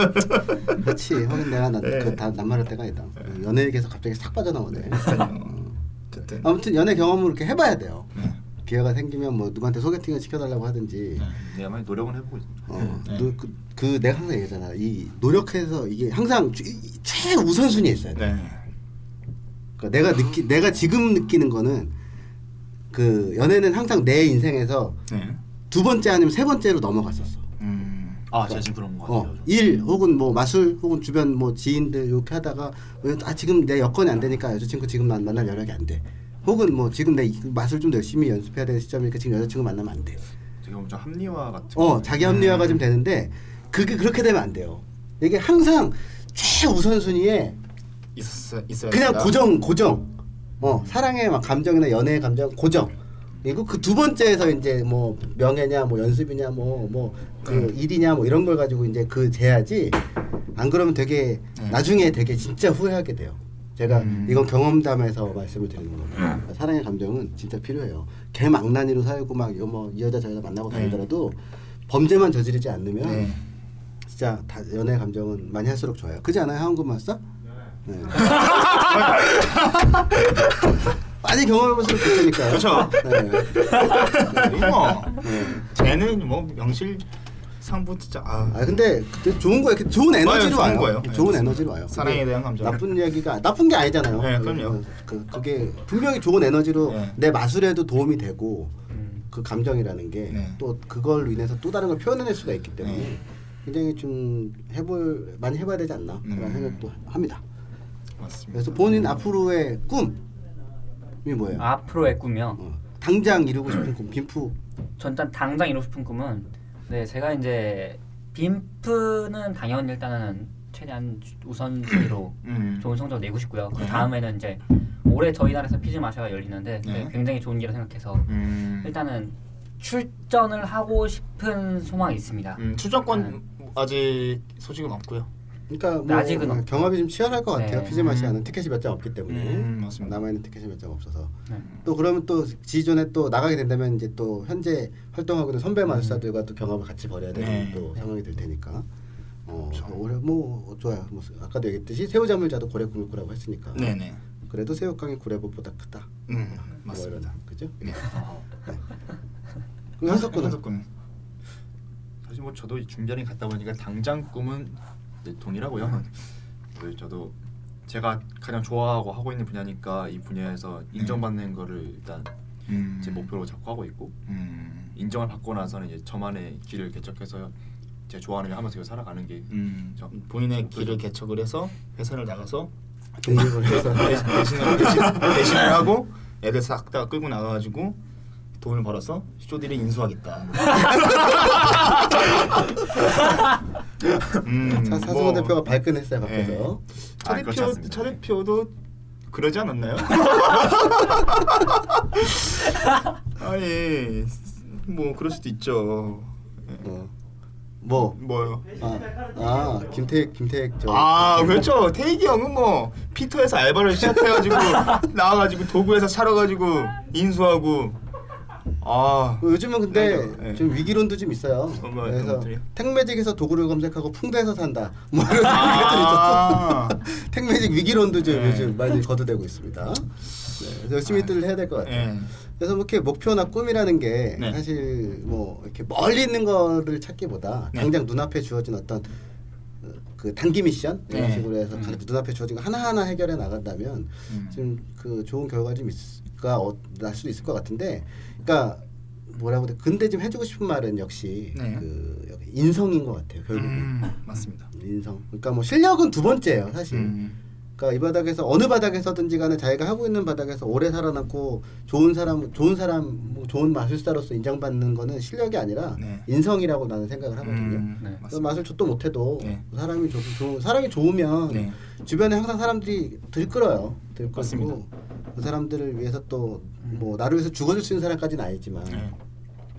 A: 그렇지. 허긴 내가 나
D: 네.
A: 그다 남말할 때가 있다. 연예계에서 갑자기 싹 빠져나오네.
D: 어쨌든
A: 아무튼 연애 경험을 이렇게 해봐야 돼요.
D: 네.
A: 기회가 생기면 뭐 누구한테 소개팅을 시켜달라고 하든지.
G: 내가 많이 노력은 해보고 있습니다.
A: 어,
D: 네.
A: 노- 그, 그 내가 항상 얘기하잖아. 이 노력해서 이게 항상 최- 최우선순위에 있어야 돼.
D: 네
A: 그러니까 내가 느끼 내가 지금 느끼는 거는 그 연애는 항상 내 인생에서
D: 네.
A: 두 번째 아니면 세 번째로 넘어갔었어.
D: 음.
G: 아 제가 지금 그런 것
A: 어,
G: 같아요. 좀.
A: 일 혹은 뭐 마술 혹은 주변 뭐 지인들 이렇게 하다가 왜, 아 지금 내 여건이 안 되니까 여자친구 지금 만- 만날 여력이 안 돼. 혹은 뭐 지금 내 이- 맛을 좀 열심히 연습해야 되는 시점이니까 지금 여자친구 만나면 안 돼.
G: 되게 엄청 합리화 같은.
A: 어 자기 합리화가 좀 되는데 그게 그렇게 되면 안 돼요. 이게 항상 최우선 순위에
D: 있었어 있어야
A: 그냥
D: 된다.
A: 고정 고정 어 사랑의 막 감정이나 연애의 감정 고정 그리고 그 두 번째에서 이제 뭐 명예냐 뭐 연습이냐 뭐 뭐
D: 음.
A: 그 일이냐 뭐 이런 걸 가지고 이제 그 재야지 안 그러면 되게
D: 음.
A: 나중에 되게 진짜 후회하게 돼요 제가 이건 경험담에서 말씀을 드리는 겁니다
D: 음.
A: 그러니까 사랑의 감정은 진짜 필요해요
D: 음. 네.
A: 개망나니로 살고 막 이거 뭐 이 여자 저 여자 만나고 다니더라도 범죄만 저지르지 않으면 진짜 다 연애 감정은 많이 할수록 좋아요. 그지 않아요, 하은군 마스터? 네. (laughs) 많이 경험해볼수록 좋으니까요.
D: 그렇죠.
A: 네.
D: 뭐
A: 네.
D: 쟤는 뭐 명실 상부 진짜 아
A: 아 근데 그때 좋은 거예요. 이렇게 좋은 에너지로
D: 좋은
A: 와요.
D: 거예요.
A: 좋은
D: 네,
A: 에너지로 와요.
D: 사랑에
A: 그게
D: 대한 감정.
A: 나쁜 얘기가 나쁜 게 아니잖아요.
D: 네, 그럼요.
A: 그, 그게 분명히 좋은 에너지로
D: 네.
A: 내 마술에도 도움이 되고
F: 음.
A: 그 감정이라는 게
D: 네.
A: 또 그걸 인해서 또 다른 걸 표현해낼 수가 있기 때문에 굉장히 좀 해볼 많이 해봐야 되지 않나 그런
D: 음.
A: 생각도 합니다.
D: 맞습니다.
A: 그래서 본인 앞으로의 꿈이 뭐예요?
D: 아.
F: 앞으로의 꿈이요.
A: 어, 당장 이루고 싶은 꿈, 빈프
F: 전 일단 당장 이루고 싶은 꿈은 네 제가 이제 빔프는 당연 일단은 최대한 우선 순위로
D: 음.
F: 좋은 성적 내고 싶고요. 그
D: 네.
F: 다음에는 이제 올해 저희 나라에서 피즈 마샤가 열리는데 그게
D: 네.
F: 굉장히 좋은 기라 생각해서
D: 음.
F: 일단은 출전을 하고 싶은 소망이 있습니다.
D: 음, 추정권
A: 네.
D: 아직 소식은 없고요.
A: 그러니까 뭐
F: 아직은 없-
A: 경합이 좀 치열할 것 같아요.
F: 네.
A: 피지 마시아는 티켓이 몇 장 없기 때문에
D: 음, 맞습니다.
A: 남아 있는 티켓이 몇 장 없어서
F: 네.
A: 또 그러면 또 지존에 또 나가게 된다면 이제 또 현재 활동하고 있는 선배 마술사들과 또 경합을 같이 벌여야 되는
D: 음. 네. 그렇죠.
A: 또 상황이 될 테니까 어 올해 뭐 좋아요. 뭐 아까도 얘기했듯이 새우잠을자도 고래 꿈을 꾸라고 했으니까
D: 네네.
A: 그래도 새우깡이 고래보다 크다.
D: 음
A: 뭐
D: 맞습니다.
A: 이런, 그죠?
D: 네.
A: 그럼 현석군
D: 현석군.
G: 사실 뭐 저도 준비하는 갔다 보니까 당장 꿈은 이제 돈이라고요. (laughs) 그래서 저도 제가 가장 좋아하고 하고 있는 분야니까 이 분야에서 인정받는 거를 일단
D: 음.
G: 제
A: 뭐?
G: 목표로 잡고 하고 있고
D: 음.
G: 인정을 받고 나서는 이제 저만의 길을 개척해서 제가 좋아하는 일 하면서 이거 살아가는 게
D: 음.
G: 저-
D: 본인의 길을 개척을 해서 회사를 나가서
A: 등립을 해서
D: (laughs) 대신- 대신을 대신- 대신을 하고 애들 싹 다 끌고 나가가지고 돈을 벌어서 쇼디를
A: (laughs)
D: 인수하겠다. 음,
A: 차 사승호
D: 뭐, 네.
A: 대표가 발끈했어요 밖에서.
D: 차
G: 아, 그렇지
D: 대표
G: 않습니다.
D: 차 대표도 그러지
G: (laughs)
D: 않았나요? 아니 뭐 그럴 수도 있죠. 예.
A: 어. 뭐
D: 뭐요?
G: 네.
A: 아, 아 김태익 김태익 저
D: 아 그렇죠. 태익이 형은 뭐 피터에서 알바를
G: (laughs)
D: 시작해가지고 나와가지고 도구에서 차려가지고 인수하고 아
A: 뭐 요즘은 근데
D: 네, 네.
A: 좀 위기론도 좀 있어요.
D: 어, 뭐 어떤
A: 그래서
D: 것들이요?
A: 택매직에서 도구를 검색하고 풍대에서 산다. 뭐 이런 (laughs)
D: 아.
A: 생각들이 있어서 택매직 위기론도 좀
D: 네.
A: 요즘 많이 거두되고 있습니다. 네, 그래서 열심히들 해야 될 것 같아요.
D: 예.
A: 그래서 뭐 이렇게 목표나 꿈이라는 게
D: 네.
A: 사실 뭐 이렇게 멀리 있는 거를 찾기보다
D: 네.
A: 당장 눈앞에 주어진 어떤 그 단기 미션 이런
D: 네.
A: 식으로 해서 가- 눈앞에 주어진 거 하나하나 해결해 나간다면
D: 음.
A: 지금 그 좋은 결과 좀 있을까 어, 날 수도 있을 것 같은데 그러니까 뭐라고 돼 근데 좀 해주고 싶은 말은 역시
D: 네.
A: 그 인성인 것 같아요 결국은
D: 음, 맞습니다.
A: 인성 그러니까 뭐 실력은 두 번째예요 사실
D: 음.
A: 그러니까 이 바닥에서 어느 바닥에서든지 간에 자기가 하고 있는 바닥에서 오래 살아남고 좋은 사람 좋은 사람 뭐 좋은 마술사로서 인정받는 거는 실력이 아니라
D: 네.
A: 인성이라고 나는 생각을 하거든요.
D: 음,
F: 네.
A: 그래서 맛을 좋도 못해도 그
D: 네.
A: 사람이 좋, 좋 사람이 좋으면
D: 네.
A: 주변에 항상 사람들이 들끓어요.
D: 맞습니다.
A: 들끓고 그 사람들을 위해서 또 뭐 나를 위해서 죽어줄 수 있는 사람까지는 아니지만
D: 네.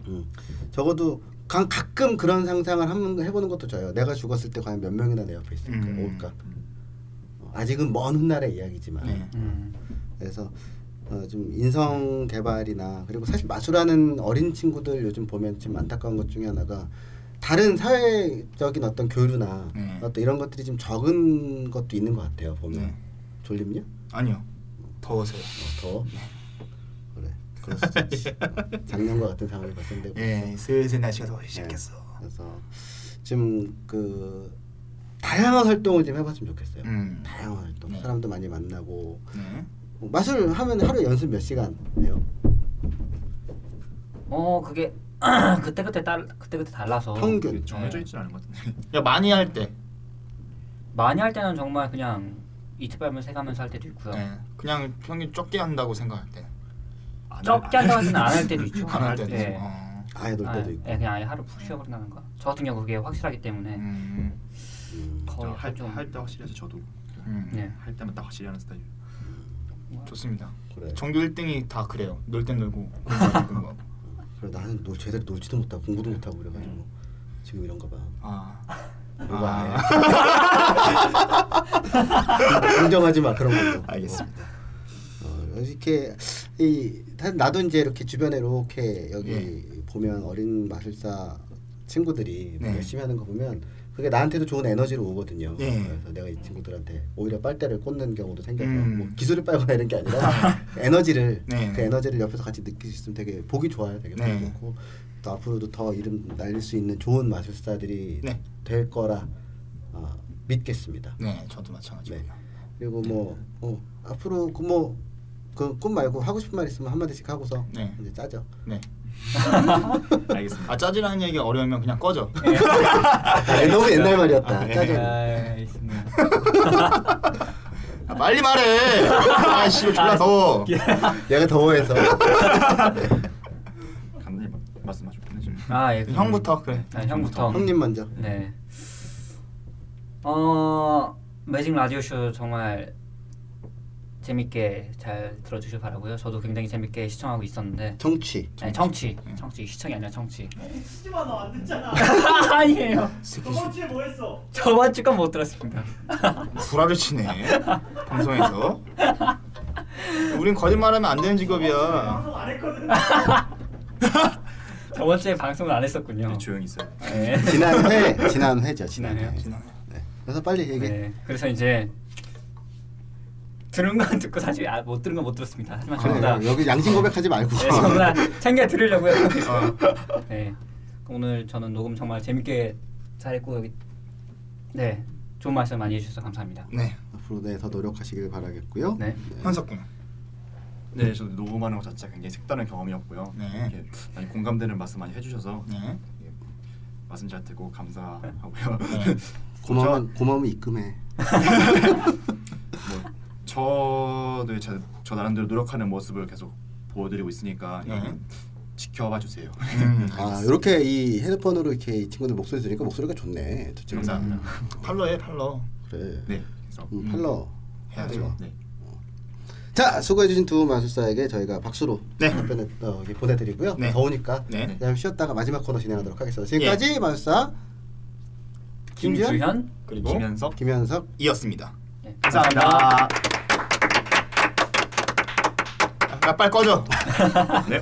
A: 음, 적어도 가, 가끔 그런 상상을 한번 해보는 것도 좋아요. 내가 죽었을 때 과연 몇 명이나 내 옆에 있을까,
D: 음.
A: 올까. 어, 아직은 먼 훗날의 이야기지만
D: 네.
F: 음.
A: 그래서 어, 좀 인성 개발이나 그리고 사실 마술하는 어린 친구들 요즘 보면 좀 안타까운 것 중에 하나가 다른 사회적인 어떤 교류나
D: 네.
A: 어떤 이런 것들이 좀 적은 것도 있는 것 같아요 보면
D: 네.
A: 졸립냐?
D: 아니요. 더워서요.
A: 어, 더워?
D: 네.
A: 그래 그럴 수도 있지 어, 작년과 같은 상황이 발생되고 네,
D: 예, 슬슬 날씨가 더워지기 시작했어.
A: 그래서 좀 그 다양한 활동을 좀 해봤으면
G: 네.
A: 좋겠어요
D: 음.
A: 다양한 활동
D: 네.
A: 사람도 많이 만나고
D: 네.
A: 뭐 마술 하면 하루 연습 몇 시간 해요?
F: 어 그게 (clears throat) 그때 그때 딸 그때 어, 그때 달라서
A: 평균
G: 정해져 있진 않은 것 같은데
D: 야 많이 할 때.
F: 많이 할 때는 정말 그냥 이틀 밤을 새가면서 할 때도 있고요.
D: 네. 그냥 평균 적게 한다고 생각할 때.
F: 적게 한다고 하지는 안 할
D: (laughs)
F: 때도
G: 음.
F: 있죠.
D: 아, 네.
G: 아,
D: 안할 때도.
G: 네.
F: 예.
D: 어.
A: 아예 네, 놀 때도
F: 아예,
A: 있고
F: 예, 그냥 아예 하루 푹 쉬어버린다는 거. 저 같은 경우 그게 확실하기 때문에
D: 음.
A: 음.
F: 거의
G: 아, 할 때
F: 좀-
G: 할 때 확실히 해서 저도
D: 음.
F: 네.
G: 할 때만 딱 확실히 하는 스타일
D: 좋습니다.
F: 예.
A: 그래.
D: 전교 1등이 다 그래요. 놀 땐 놀고 공부하고
G: (laughs)
D: 공부하고.
A: 그래 나는 놀 제대로 놀지도 못하고 공부도 못하고 그래가지고
F: 음.
A: 지금 이런가 봐.
D: 아.
A: 이거 아예. (laughs) 인정하지 마 그런 걸로.
D: 알겠습니다.
A: 어, 이렇게 이 사실 나도 이제 이렇게 주변에 이렇게 여기
D: 예.
A: 보면 어린 마술사 친구들이 뭐
D: 네.
A: 열심히 하는 거 보면 그게 나한테도 좋은 에너지로 오거든요.
D: 네.
A: 그래서 내가 이 친구들한테 오히려 빨대를 꽂는 경우도 생겨서
D: 음.
A: 뭐 기술을 빨거나 이런 게 아니라
D: (laughs)
A: 에너지를
D: 네.
A: 그 에너지를 옆에서 같이 느낄 수 있으면 되게 보기 좋아요. 되게
D: 네.
A: 그렇고 또 앞으로도 더 이름 날릴 수 있는 좋은 마술사들이
D: 네.
A: 될 거라 어, 믿겠습니다.
D: 네, 저도 마찬가지고요.
A: 네. 그리고 뭐 어, 앞으로 뭐, 그뭐그꿈 말고 하고 싶은 말 있으면 한 마디씩 하고서
D: 네.
A: 이제 짜죠.
D: 네.
G: (laughs) 알겠습니다. 네.
D: 아 짜증나는 얘기 어려우면 그냥 꺼져.
A: 아, 너무 옛날 말이었다.
D: 아, 네.
A: 짜죠.
F: 알겠습니다.
D: 아, 빨리 말해. 아씨 졸라 더워.
A: 얘가 더워해서
G: 간단히 마- 말씀 좀 보내주면.
D: 음.
F: 아 예. 그럼-
D: 형부터 그래.
F: 네, 형부터.
A: 형님 먼저.
F: 네. 어 매직 라디오 쇼 정말 재밌게 잘 들어주시길 바라고요. 저도 굉장히 재밌게 시청하고 있었는데
A: 정취.
F: 아니, 청취, 청취, 시청이 아니라 청취.
E: 시집아 너안 듣잖아.
F: (laughs) 아니에요.
E: 저번 주에 뭐 했어?
F: 저번 주건 못 들었습니다.
D: 구라를 치네. 방송에서. 우린 거짓말하면 안 되는 직업이야.
E: 방송 안 했거든.
F: 저번 주에 방송을 안 했었군요.
G: 네, 조용히 있어요.
F: 네.
A: 지난 회 지난 회죠 지난
F: 지난
A: 회.
F: 회요?
A: 네. 그래서 빨리 얘기. 해
F: 네. 그래서 이제 들은 건 듣고 사실 아, 못 들은 건 못 들었습니다. 하지만 전부 다
A: 그래, 여기 양심 고백하지 말고.
F: 네, 전부 다 챙겨 들으려고 해요.
D: 아.
F: 네. 오늘 저는 녹음 정말 재밌게 잘했고 여기 네 좋은 말씀 많이 해주셔서 감사합니다.
D: 네.
A: 앞으로 네, 더 노력하시길
D: 음.
A: 바라겠고요.
F: 네.
D: 현석 군.
G: 네, 저도 녹음하는 것 자체가 굉장히 색다른 경험이었고요.
D: 네.
G: 이렇게 많이 공감되는 말씀 많이 해주셔서
D: 네.
G: 예, 말씀 잘 듣고 감사하고요.
D: 네.
G: (laughs)
A: 고마움 고마움이 입금해.
G: 뭐 저도 제, 저 나름대로 노력하는 모습을 계속 보여드리고 있으니까
D: 네.
G: 예,
D: (laughs)
G: 지켜봐 주세요.
D: 음.
A: 아 이렇게 이 헤드폰으로 이렇게 이 친구들 목소리 들으니까 목소리가 좋네. 도대체.
D: 음.
F: 음.
G: 감사합니다.
D: 팔러 해 팔러.
A: 그래.
G: 네, 그래서
A: 음, 팔러.
D: 해야죠.
G: 네.
A: 자 수고해주신 두 마술사에게 저희가 박수로
D: 네.
A: 답변을 어, 이렇게 보내드리고요.
D: 네.
A: 더우니까
D: 네. 예.
A: 그냥 쉬었다가 마지막 코너 진행하도록 하겠습니다. 지금까지 마술사 김주현,
F: 김주현
D: 그리고
G: 김현석
A: 김현석,
D: 이었습니다.
F: 네,
D: 감사합니다. 나 빨리 꺼져.
A: 덥다.
D: 네.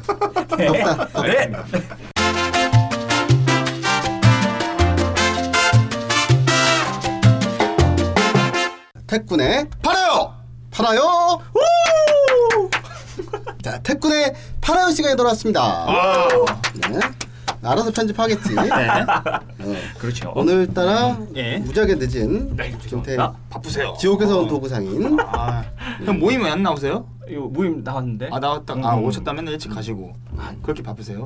A: 태군의 팔아요 팔아요 우! (laughs) 자 태군의 팔아요 시간이 돌아왔습니다 네. 알아서 편집하겠지 어.
F: 그렇죠.
A: 오늘따라
D: 네. 예. 네,
A: 무지하게 늦은 김태
D: 바쁘세요. 어.
A: 지옥에서 온 도구상인
D: 아, 형 모임 왜 안 나오세요?
H: 이거 모임 나왔는데
D: 아 나왔다. 아 오셨다 맨날 일찍 가시고. 아, 그렇게 바쁘세요?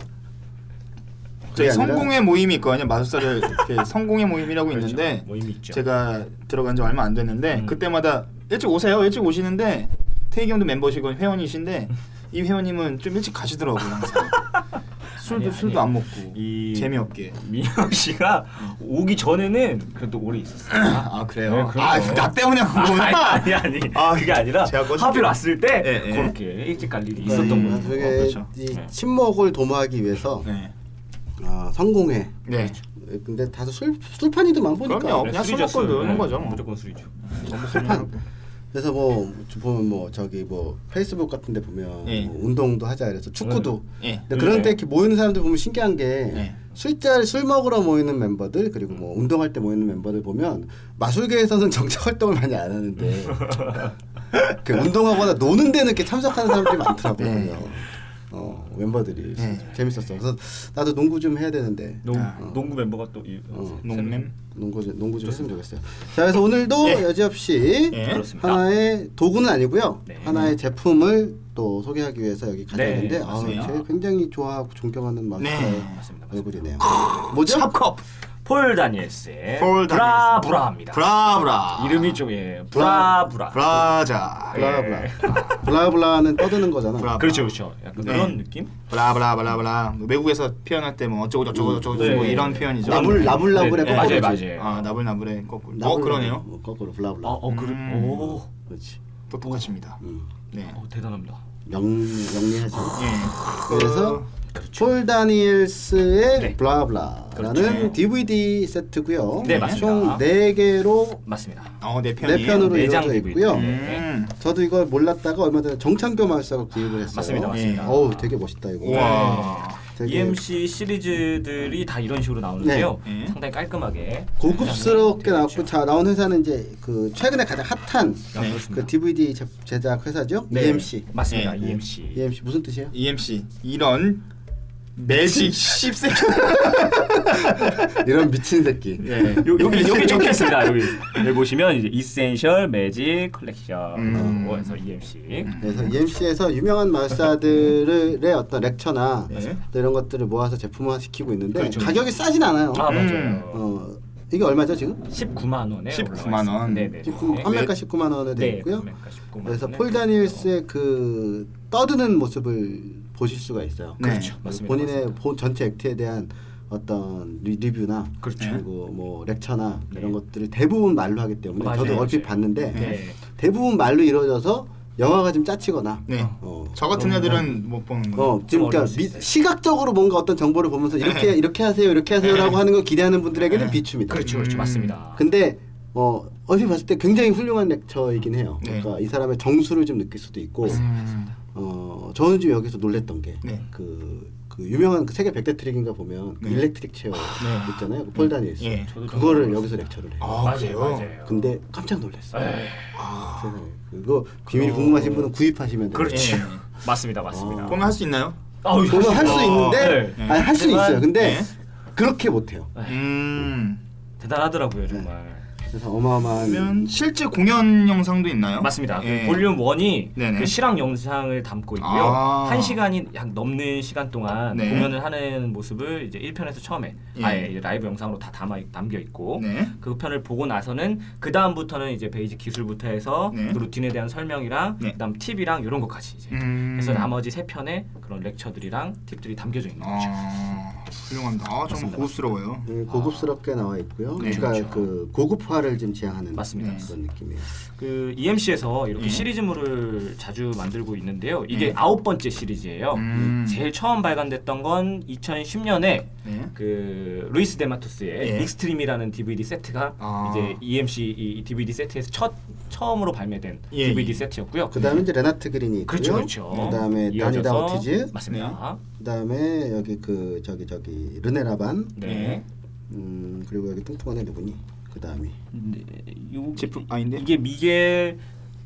A: 그게
D: 저희
A: 아니라-
D: 성공의 모임이 있거든요. 마술사를 이렇게 (laughs) 성공의 모임이라고 있는데
H: 그렇죠. 모임이 있죠. 음.
D: 제가 들어간 지 얼마 안 됐는데 그때마다 일찍 오세요. 일찍 오시는데 태희 형도 멤버시고
H: (laughs)
D: 회원이신데 이 회원님은 좀 일찍 가시더라고요. 항상. 술도
H: 아니, 아니.
D: 술도 안 먹고
H: 이-
D: 재미없게.
H: 민혁 씨가 오기 전에는 그래도 오래 있었어요.
D: (clears throat) 아 그래요?
H: 네, 그렇죠.
D: 아, 나 때문에 그거구나.
H: 아니 아니
D: 아,
H: 그게 아니라
D: 제가 꺼질게요.
H: 하필 왔을 때
D: 예, 예.
H: 그렇게 일찍 갈 일이
A: 이
H: 있었던 거예요.
A: 나중에
D: 어, 그렇죠.
A: 네.
G: 네.
A: 이 침묵을 도모하기 위해서
D: 네.
A: 아, 성공해
D: (laughs) 네.
A: 근데 다소 술, 술판이더만 보니까
D: 그럼요. 그냥 술 먹고
H: 술이죠, 술.
D: 노는
H: 네,
D: 거죠, 뭐.
H: 무조건 술이죠.
A: 술판 그래서 뭐 보면 뭐 저기 뭐 페이스북 같은 데 보면
D: 예.
A: 뭐 운동도 하자 이래서 축구도
D: 예.
A: 근데 그런
H: 네.
A: 때 이렇게 모이는 사람들 보면 신기한 게
D: 네.
A: 술자리 술 먹으러 모이는 멤버들 그리고 뭐 운동할 때 모이는 멤버들 보면 마술계에서는 (laughs) 정책 활동을 많이 안 하는데 그 운동하거나 노는 데는 이렇게 참석하는 사람들이 많더라고요.
D: 예.
A: 어, 멤버들이 재밌었어. 그래서 나도 농구 좀 해야 되는데
H: 농,
D: 어.
H: 농구 멤버가 또 이,
A: 어.
D: 농맨.
A: 농구 좀, 농구 좀 했으면 좋겠어요. 자, 그래서 오늘도 여지없이
D: 예.
H: 네. 그렇습니다.
A: 하나의 도구는 아니고요.
H: 네.
A: 하나의 제품을 또 소개하기 위해서 여기 가져왔는데
H: 네,
A: 아우,
H: 맞습니다.
A: 제가 굉장히 좋아하고 존경하는 마음
D: 네.
H: 맞습니다.
A: 얼굴이네요. 뭐죠?
H: 컵컵 폴 다니엘스의
D: 폴
H: 브라브라입니다.
D: 브라브라.
H: 이름이 좀 예, 브라브라.
D: 브라자.
A: 블라블라. 블라블라는 떠드는 거잖아.
D: 브라-
H: 그렇죠 그렇죠. 약간
D: 네.
H: 그런 느낌?
D: 브라브라브라브라. 뭐 외국에서 표현할 때 뭐 어쩌고 저쩌고 저쩌고
H: 네.
D: 뭐 이런 표현이죠.
A: 나물 나물나물에
H: 네,
A: 거꾸로.
H: 맞아요
A: 지.
H: 맞아요.
D: 아 나불나불에 거꾸로.
A: 나물나물,
D: 어 그러네요.
A: 어, 거꾸로 블라블라.
H: 어, 어, 그래.
D: 음.
H: 오,
A: 그렇지.
D: 또 똑같습니다.
A: 음.
D: 네.
H: 어, 대단합니다.
A: 영 영리하지.
D: 예.
A: 그래서 폴 다니엘스의
H: 어, 그렇죠. 네.
A: 블라블라라는
H: 그렇죠.
A: DVD 세트고요.
H: 네, 맞습니다.
A: 총네 개로
H: 맞습니다.
D: 어내 편이.
A: 네 편으로
H: 네 장
A: 이루어져
H: DVD.
A: 있고요.
H: 네.
D: 음.
A: 저도 이걸 몰랐다가 얼마 전에 정창교 마술사가 구입을 했어요.
H: 맞습니다, 맞습니다.
A: 어우 되게 멋있다 이거.
H: 네.
A: 네.
D: 우와.
F: E
H: E
A: 되게
H: EMC 시리즈들이 다 이런 식으로 나오는데요.
D: 네.
H: 상당히 깔끔하게
A: 고급스럽게
H: 그렇죠.
A: 나왔고 자 나온 회사는 이제 그 최근에 가장 핫한
F: 네,
A: 그 DVD 제, 제작 회사죠 E
H: 네,
A: EMC.
F: E
H: 맞습니다.
D: 네.
H: EMC.
A: EMC E 무슨 뜻이에요?
D: EMC E 이런 매직 씹새
A: 이런 (laughs) 미친 새끼. 네,
D: 예.
H: 요, 여기 여기 적혀 있습니다. 여기 여기 보시면 이제 이센셜 매직 컬렉션
D: 음.
H: 에서 E EMC.
A: 그래서 EMC에서 유명한 마술사들의 어떤 렉처나
D: 네.
A: 이런 것들을 모아서 제품화 시키고 있는데
H: 그렇죠.
A: 가격이 싸진 않아요.
H: 아
D: 음.
H: 맞아요.
A: 어 이게 얼마죠 지금?
H: 19만 원에
D: 19만
H: 올라와 있습니다.
D: 원.
H: 네네. 네.
A: 지금 판매가 19만 원에 되어 있고요. 그래서 폴 다니엘스의 그 떠드는 모습을 보실 수가 있어요.
D: 네. 그렇죠.
H: 맞습니다.
A: 본인의
H: 맞습니다.
A: 본 전체 액트에 대한 어떤 리, 리뷰나
H: 그렇죠.
A: 리고뭐 렉처나
H: 네.
A: 이런 것들을 대부분 말로 하기 때문에
H: 맞아요,
A: 저도 얼핏
H: 맞아요.
A: 봤는데
H: 네.
A: 대부분 말로 이루어져서 영화가 좀 짜치거나
D: 네.
A: 어,
D: 저 같은 애들은
H: 뭐-
D: 못 보는 거.
A: 어 지금 그러니까
H: 어려울 수
A: 미-
H: 있어요. 네.
A: 시각적으로 뭔가 어떤 정보를 보면서 이렇게 이렇게 하세요 이렇게 하세요라고 하는 걸 기대하는 분들에게는
D: 네.
A: 비춥니다.
H: 그렇죠,
D: 음.
H: 그렇죠, 맞습니다.
A: 근데 어 어디 봤을 때 굉장히 훌륭한 렉처이긴 해요.
D: 네.
A: 그러니까 이 사람의 정수를 좀 느낄 수도 있고 어 저는 좀 여기서 놀랬던 게 그
D: 네.
A: 그 유명한 그 세계 백대 트릭인가 보면 그
D: 네.
A: 일렉트릭 체어
D: 네.
A: 있잖아요. 그 폴다니엘스.
D: 예.
H: 저도 좀
A: 그거를
H: 몰랐어요.
A: 여기서 렉처를 해요.
D: 아,
H: 맞아요,
D: 그래요?
H: 맞아요. 네.
A: 근데 깜짝 놀랐어요.
H: 에이,
A: 아, 세상에. 그거 비밀 궁금하신 분은 구입하시면 돼요.
H: 그렇죠.
D: 예.
H: 맞습니다, 맞습니다.
A: 어.
D: 보면 할 수 있나요?
H: 아우,
A: 그거 할 수
H: 어,
A: 있는데
D: 네.
A: 아니 할 수는
H: 하지만-
A: 있어요. 근데
D: 네.
A: 그렇게 못 해요.
H: 네.
D: 음.
A: 네.
H: 대단하더라고요, 정말.
A: 그래서 어마어마한
D: 그러면 실제 공연 영상도 있나요?
H: 맞습니다. 그
D: 예.
H: 볼륨 1이
D: 네네.
H: 그 실황 영상을 담고 있고요.
D: 아.
H: 한시간이약 넘는 시간 동안
D: 네.
H: 공연을 하는 모습을 이제 1편에서 처음에
D: 예.
H: 아예 이제 라이브 영상으로 다 담아 담겨 있고
D: 네.
H: 그 편을 보고 나서는 그 다음부터는 이제 베이직 기술부터 해서
D: 네.
H: 그 루틴에 대한 설명이랑
D: 네.
H: 그다음 팁이랑 이런 것까지 이제
D: 음.
H: 그래서 나머지 세 편의 그런 렉처들이랑 팁들이 담겨져 있는 거죠.
D: 아, 훌륭합니다. 아, 정말
H: 맞습니다.
D: 고급스러워요.
A: 네, 고급스럽게 나와 있고요.
D: 네,
A: 그러니까
H: 아. 그렇죠.
A: 그 고급화를 지금 지향하는
H: 맞습니다. 네.
A: 그런 느낌이에요.
H: 그 EMC에서 이렇게
D: 예.
H: 시리즈물을 자주 만들고 있는데요.
D: 예.
H: 이게 아홉 번째 시리즈예요.
D: 음.
H: 제일 처음 발간됐던 건 2010년에
D: 네.
H: 그 루이스 데마토스의
D: 예.
H: 익스트림이라는 DVD 세트가
D: 아.
H: 이제 EMC 이 DVD 세트에서 첫 처음으로 발매된
D: 예,
H: DVD
D: 예.
H: 세트였고요.
A: 그다음에 이제 레나트 그린이 있고요.
H: 네. 그렇죠, 그렇죠.
A: 그다음에 다니다
H: 이어져서
A: 오티즈.
H: 맞습니다.
A: 그다음에 여기 그 저기 저기 르네라반.
H: 네.
D: 네.
A: 음 그리고 여기 뚱뚱한 애 누구니? 그다음이
H: 네. 요
D: 제품 아닌데?
H: 이게 미겔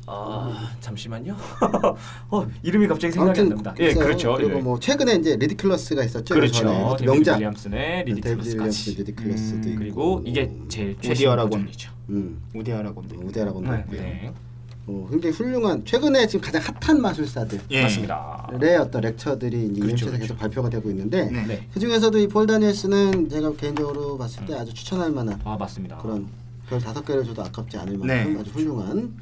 H: 아 잠시만요. (laughs) 어 이름이 갑자기 생각이 안
A: 아무튼
H: 납니다.
A: 있어요. 그리고
H: 예.
A: 뭐 최근에 이제 리디클러스가 있었죠.
H: 그렇죠.
A: 예전에. 그것도
H: 데이비드
A: 명작. 네,
H: 윌리엄슨의
A: 데이비드 윌리엄스
H: 리디클러스까지.
A: 리디클러스도 있고.
D: 음,
A: 뭐
H: 그리고 이게 제일 최신
D: 오디오라고
H: 버전이죠.
A: 음
D: 우대하라고 합니다.
A: 우대라고도
H: 네.
A: 있고요. 어, 굉장히 훌륭한 최근에 지금 가장 핫한 마술사들.
D: 예.
H: 맞습니다.
A: 의 어떤 렉처들이 이제
H: 그렇죠,
A: EMC에서 계속
H: 그렇죠.
A: 발표가 되고 있는데
D: 네.
H: 네.
A: 그 중에서도 이 폴 다니엘스는 제가 개인적으로 봤을
D: 음.
A: 때 아주 추천할 만한
H: 아 맞습니다.
A: 그런 별 다섯 개를 줘도 아깝지 않을 만큼
D: 네.
A: 아주 훌륭한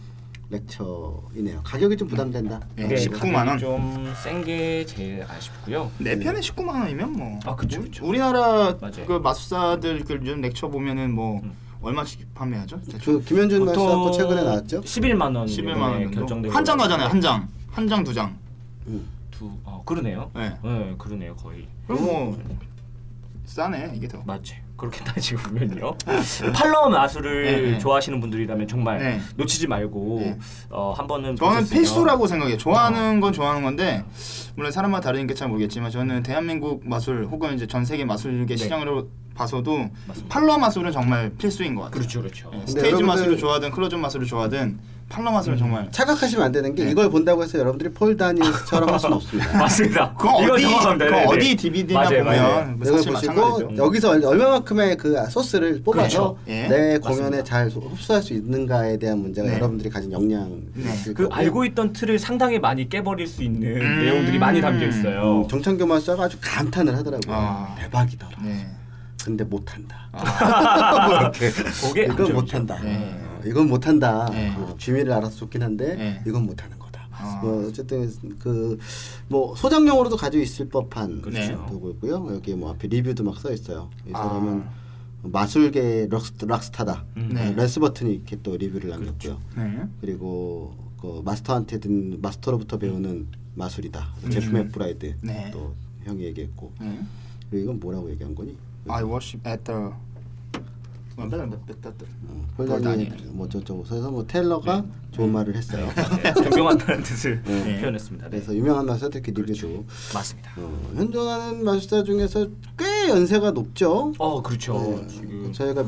A: 렉처이네요. 가격이 좀 부담된다.
D: 네.
A: 아,
H: 네,
D: 19만 원.
H: 좀센 게 제일 아쉽고요.
D: 내 편에 19만 원이면 뭐.
H: 네. 아, 그쵸,
D: 우-
H: 그쵸.
D: 우리나라
H: 맞아요. 음.
D: 그 마술사들 그 요즘 렉처 보면은 뭐 얼마씩 판매하죠? 대충
A: 그 김현준 마술사도 최근에 나왔죠.
H: 11만 원.
D: 11만 원 정도.
H: 네, 결정되고
D: 한장 나잖아요. 한 장. 한 장 두 장.
H: 두. 어 그러네요.
D: 예.
H: 네, 그러네요 거의.
D: 그럼 뭐 싸네 이게 더.
H: 맞죠. 그렇게 따지고 보면요. 팔로우 마술을
D: 네, 네.
H: 좋아하시는 분들이라면 정말
D: 네.
H: 놓치지 말고
D: 네.
H: 어, 한 번은
D: 저는
H: 보셨으면-
D: 필수라고 생각해요. 좋아하는 건 좋아하는 건데 물론 사람마다 다르니까 잘 모르겠지만 저는 대한민국 마술 혹은 이제 전 세계 마술계 시장으로 봐서도 팔러 마술은 정말 필수인 것 같아요.
H: 그렇죠, 그렇죠.
D: 예,
H: 네.
D: 스테이지
A: 여러분들-
D: 마술을 좋아하든 클로즈 마술을 좋아하든 팔러 마술은 정말
A: 착각하시면 안 되는 게
D: 네.
A: 이걸 본다고 해서 여러분들이 폴
D: (laughs)
A: 다니엘스처럼 할 수는 없습니다.
H: 맞습니다.
D: 그거
H: 이건
D: 어디
H: 정확합니다.
D: 그거
H: 네, 네.
D: 어디 DVD나 보면
H: 맞아요, 맞아요.
D: 뭐
A: 이걸
D: 사실
A: 네. 보시고
D: 마찬가지죠.
A: 여기서 얼- 얼마만큼의 그 소스를 뽑아서
D: 그렇죠. 예.
A: 내
H: 맞습니다.
A: 공연에 잘 소- 흡수할 수 있는가에 대한 문제가
D: 네.
A: 여러분들이 가진 역량이
D: 네.
A: 있을
H: 그
A: 거고요.
H: 알고 있던 틀을 상당히 많이 깨버릴 수 있는
D: 음.
H: 내용들이 많이 담겨 있어요.
A: 음, 정창규 마술사가 아주 감탄을 하더라고요.
D: 아.
A: 대박이더라.
D: 네.
A: 근데 못한다.
H: 그게 안
A: 이건
H: 좋죠.
A: 못한다.
D: 네.
A: 어, 이건 못한다.
D: 네.
A: 어, 취미를 알아서 좋긴 한데
D: 네. 아.
A: 이건 못하는 거다.
D: 맞습니다.
A: 뭐 어쨌든 그 뭐 소장용으로도 가지고 있을 법한
D: 그렇죠.
A: 도구 있고요. 여기 뭐 앞에 리뷰도 막 써 있어요. 이
H: 아.
A: 사람은 마술계 락스, 락스타다. 어,
D: 네.
A: 레스 버튼이 이렇게 또 리뷰를 남겼고요.
D: 네.
A: 그리고 그 마스터한테 든 마스터로부터 배우는 마술이다. 제품의 프라이드
D: 음. 네.
A: 또 형이 얘기했고
D: 네.
H: 아,
A: 그리고 이건 뭐라고 얘기한 거니?
D: I worship at the 몇 달은 몇, 몇 달도 그건
A: 어, 폴단이
D: 아니에요.
A: 뭐 저쪽 그래서 뭐 테일러가 좋은 말을 했어요.
H: 음. (laughs) 네, 존경한다는 뜻을
A: 네.
H: (laughs) 표현했습니다. 네.
A: 그래서 유명한 마술사 특히 리뷰도
H: 맞습니다.
A: 어, 현존하는 마술사 중에서 꽤 연세가 높죠.
H: 어 그렇죠.
A: 네,
D: 음.
H: 지금
A: 저희가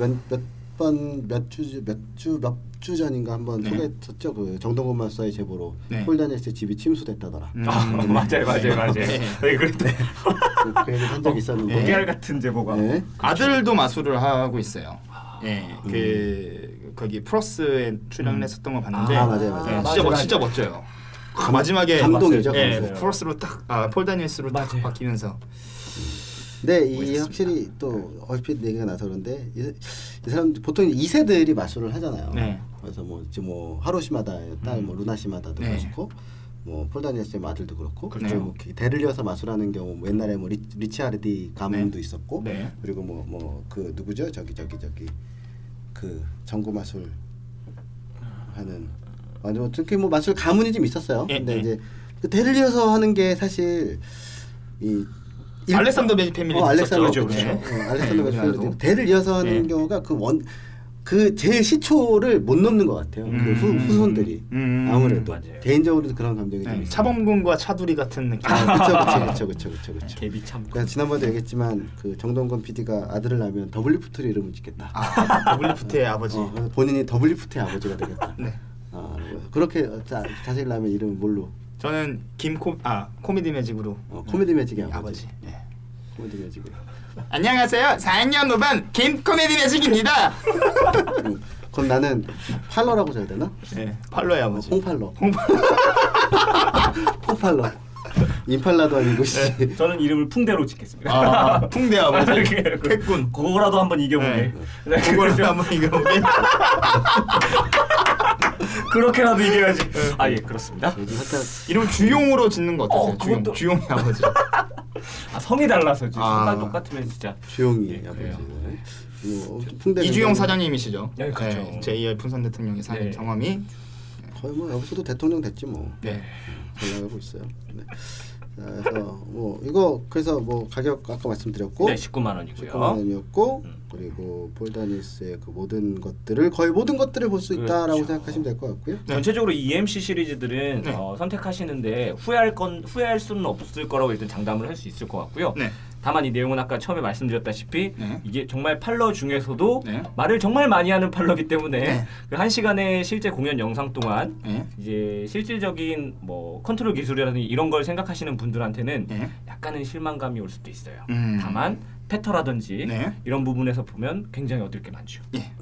A: 몇몇번몇주몇주몇주 전인가 한번
D: 네.
A: 소개했었죠. 그 정동건 마술사의 제보로
D: 네.
A: 폴다니엘스 집이 침수됐다더라.
D: 음.
H: (laughs) 아 맞아요 맞아요 맞아요.
D: 네.
H: 네 그랬대.
A: 그- 그 얘기 한적 있었는데.
H: 어, 깨알 같은 제보가.
A: 네.
D: 아들도 마술을 하고 있어요. 예, 그 거기 프로스에 출연했었던 걸 봤는데,
A: 아, 맞아요, 맞아요. 네.
D: 예,
H: 아,
D: 진짜
H: 맞아요,
D: 멋, 진짜 멋져요. 마지막에
A: 감동이죠,
H: 네,
D: 예,
A: 감동.
D: 프로스로 딱, 아, 폴 다니엘스로 딱
H: 맞아요.
D: 바뀌면서
A: 네, 이
D: 멋있었습니다.
A: 확실히 또 얼핏 얘기가 나서 그런데 이, 이 사람 보통 2세들이 마술을 하잖아요.
D: 네. 음.
A: 그래서 뭐 지금 뭐 하루시마다의 딸, 뭐 루나시마다도
D: 네.
A: 그렇고 뭐 폴다니엘스의 아들도 그렇고
D: 그렇죠.
A: 그리고 뭐 이렇게 대를 이어서 마술하는 경우 뭐 옛날에 뭐 리, 리치아르디 가문도
D: 네.
A: 있었고
D: 네.
A: 그리고 뭐 뭐 그 누구죠? 저기 저기 저기 그 전구 마술 하는 완전 뭐 특히 뭐 마술 가문이 좀 있었어요.
D: 예,
A: 근데
D: 예.
A: 이제 그 대를 이어서 하는 게 사실 이 일-
D: 알렉산더 베지 패밀리도
A: 어, 알렉산더
D: 있었죠.
A: 그렇죠.
D: 예.
A: 어, 알렉산더 베스펠드
D: 예, 우리나라도.
A: 대를 이어서 하는
D: 예.
A: 경우가 그 원 그 제일 시초를 못 넘는 것 같아요. 그 후,
D: 음.
A: 후손들이
D: 음.
A: 아무래도
H: 맞아요.
A: 개인적으로도 그런 감정이 좀
D: 네,
A: 있어요.
D: 차범근과 차두리 같은 느낌.
A: 아, 그쵸 그쵸 그쵸 그쵸 그쵸.
D: (laughs)
H: 개비 참고.
A: 그러니까 지난번에도 얘기했지만 그 정동건 PD가 아들을 낳으면 더블리프트로 이름을 짓겠다.
D: 아, (laughs) 더블리프트의 아버지.
A: 어, 그래서 본인이 더블리프트의 아버지가 되겠다.
D: (laughs) 네.
A: 아, 그렇게 자, 자식 낳으면 이름 뭘로?
D: 저는 김코 아 코미디 매직으로
A: 어, 코미디 매직의 아버지.
D: 아버지. 예.
A: 코미디 매직의.
D: 안녕하세요. 4학년 5반 김 코미디 매직입니다.
A: 음, 그럼 나는 팔러라고 해야 되나?
D: 예, 팔로의 아버지.
A: 홍팔러.
D: 홍팔.
A: 폭발러 임팔라도 아니고 씨.
H: 네, 저는 이름을 풍대로 짓겠습니다.
D: 아,
H: (laughs)
D: 풍대 아버지.
H: 그래요.
D: 태군.
H: 그거라도 한번 이겨보게. 네.
D: 그거를 한번 이겨보게.
H: 그렇게라도 이겨야지.
D: 네.
H: 아 예 그렇습니다.
A: 요즘 살짝
D: 이름 주용으로 짓는 거 어떠세요?
H: 어,
D: 주용.
H: 그것도- 네,
D: 주용의 아버지.
H: 아, 성이 달라서 지금
D: 아.
H: 성깔 똑같으면 진짜.
A: 조용히
H: 그래요.
A: 네. 뭐 아버지. 풍대
D: 이주용 사장님이시죠?
H: 네, 그렇죠.
D: 제2의 풍선 대통령의 사장
H: 네.
D: 경험이
A: 거의 뭐 여기서도 대통령 됐지 뭐.
D: 네.
A: 잘 나가고 있어요. 네. 자, 그래서 뭐 이거 그래서 뭐 가격 아까
D: 어?
A: 말씀드렸고
H: 네 19만 원이고요.
A: 19만 원이었고
H: 음.
A: 그리고 폴다니스의 그 모든 것들을 거의 모든 것들을 볼 수 있다라고
H: 그렇죠.
A: 생각하시면 될 것 같고요.
H: 네. 전체적으로 EMC 시리즈들은
D: 네.
H: 어, 선택하시는데 후회할 건 후회할 수는 없을 거라고 일단 장담을 할 수 있을 것 같고요.
D: 네.
H: 다만 이 내용은 아까 처음에 말씀드렸다시피
D: 네.
H: 이게 정말 팔러 중에서도
D: 네.
H: 말을 정말 많이 하는 팔러기 때문에
D: 네.
H: 그 한 시간의 실제 공연 영상 동안
D: 네.
H: 이제 실질적인 뭐 컨트롤 기술이라든지 이런 걸 생각하시는 분들한테는
D: 네.
H: 약간은 실망감이 올 수도 있어요.
D: 음.
H: 다만 패터라든지
D: 네.
H: 이런 부분에서 보면 굉장히 얻을 게 많죠.
D: 예.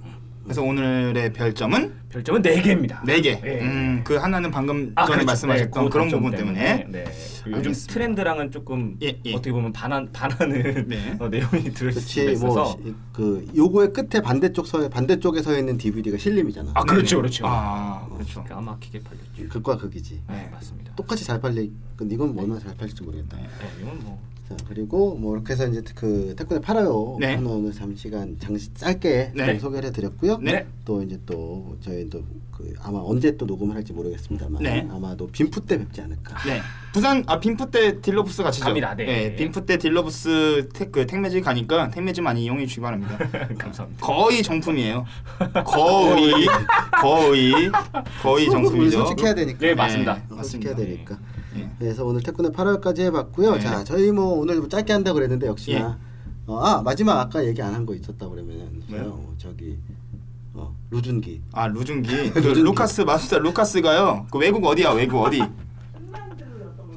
D: 그래서 오늘의 별점은
H: 별점은 4개입니다.
D: 네 개.
H: 예.
D: 음, 그 하나는 방금
H: 아,
D: 전에
H: 그렇죠.
D: 말씀하셨던
H: 네, 그
D: 그런
H: 걱정
D: 부분 때문에.
H: 네. 그리고 요즘
D: 알겠습니다.
H: 트렌드랑은 조금
D: 예, 예.
H: 어떻게 보면 반한 반하는
D: 네. 뭐
H: 어, 내용이 들어있을 수
A: 그렇지 뭐,
H: 있어서
A: 뭐그 요거의 끝에 반대쪽 서 반대쪽에 서 있는 DVD가 실림이잖아.
H: 아 그렇죠 그렇죠.
D: 네. 아, 그렇죠.
H: 까막히게 팔렸죠.
A: 극과 극이지.
H: 네 맞습니다.
A: 똑같이 잘 팔리. 근데 이건 뭐 얼마나 잘 팔릴지 모르겠다.
H: 네, 이건 뭐
A: 자 그리고 뭐 이렇게 해서 이제 그 태권에 팔아요
D: 네.
A: 코너 오늘 잠시간 잠시 짧게
D: 네.
A: 좀 소개를 해드렸고요.
D: 네.
A: 또 이제 또 저희 또그 아마 언제 또 녹음을 할지 모르겠습니다만
D: 네.
A: 아마도 빈프 때 뵙지 않을까.
D: 네. 부산 아 빈프 때 딜러부스 가시죠.
H: 갑니다. 네.
D: 예, 빈프 때 딜러부스 택그 택매직 가니까 택매직 많이 이용해 주시기 바랍니다.
H: (laughs) 감사합니다.
D: 거의 정품이에요. 거의 거의 거의
A: 우리
D: 정품이죠.
A: 솔직해야 되니까.
H: 네, 맞습니다.
A: 어,
D: 맞습니다.
A: 솔직해야 되니까.
D: 예.
A: 그래서 오늘 태권의 8월까지 해봤고요.
D: 네. 예.
A: 자 저희 뭐 오늘 뭐 짧게 한다 고 그랬는데 역시나 어, 아 마지막 아까 얘기 안 한 거 있었다 그러면
D: 뭐요?
A: 어, 저기 어, 루준기.
D: 아 루준기 그 루카스 마술사 루카스가요 그 외국 어디야 외국 어디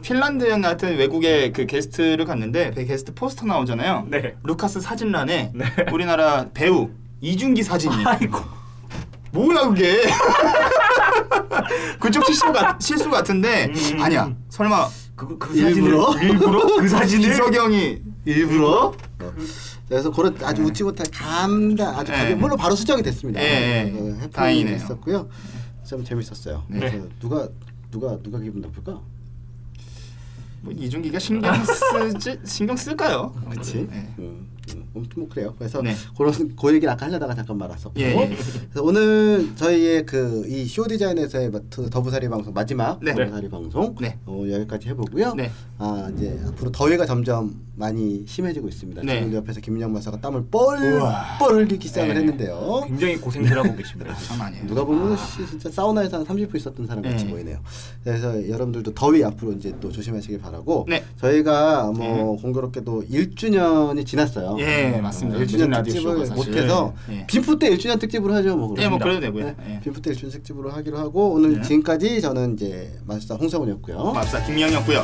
D: 핀란드였나 하여튼 외국에 그 게스트를 갔는데 그 게스트 포스터 나오잖아요
H: 네.
D: 루카스 사진란에 우리나라 배우 이준기 사진이
H: 아.
D: 뭐야 그게 (laughs) 그쪽 실수 같 실수 같은데
H: 음.
D: 아니야 설마
H: 그그 그
A: 일부러? (laughs)
H: 사진을 일부러 그 사진을
D: 이석영이
A: 일부러? 어. 그래서 그런 아주 웃지 못할 감다 아주
D: 예.
A: 가벼운 물론 바로 수정이 됐습니다.
D: 네. 예, 예.
A: 어, 해프닝이
D: 다행이네요.
A: 있었고요. 좀 재밌었어요.
D: 네.
A: 그래서 누가 누가 누가 기분 나쁠까? (laughs)
D: 뭐 이준기가 신경 쓰지 신경 쓸까요?
A: 그렇지.
D: 네.
A: 음. 음, 아무튼 뭐 그래요. 그래서
D: 네.
A: 그런 그 얘기는 아까 하려다가 잠깐 말았었고
D: 예, 예.
A: 그래서 오늘 저희의 그 이 쇼 디자인에서의 마트 더부사리 방송 마지막
D: 네.
A: 더부사리 방송
D: 네.
A: 어, 여기까지 해보고요.
D: 네.
A: 아 이제 앞으로 더위가 점점 많이 심해지고 있습니다.
D: 네.
A: 지금 옆에서 김민영 마사가 땀을 뻘뻘 흘리기 시작을
D: 네.
A: 했는데요.
H: 굉장히
D: (laughs)
H: 고생들 하고
A: 네.
H: 계십니다.
D: 참 아니에요.
A: 누가 보면 씨, 진짜 사우나에서 한 30분 있었던 사람 같이
D: 네.
A: 보이네요. 그래서 여러분들도 더위 앞으로 이제 또 조심하시길 바라고
D: 네.
A: 저희가 뭐 공교롭게도 1주년이 지났어요.
D: 예, 맞습니다.
A: 어,
D: 1주년
A: 1주년
D: 라디오
A: 특집을
D: 쇼가 사실.
A: 못해서
D: 예.
A: 빈프 때 1주년 특집으로 하죠. 뭐
D: 네, 뭐
A: 그렇습니다.
D: 그래도 되고요.
A: 네,
D: 예.
A: 빈프 때 1주년 특집으로 하기로 하고 오늘
D: 네.
A: 지금까지 저는 이제 마술사 홍성훈이었고요.
D: 맙사 김영이었고요.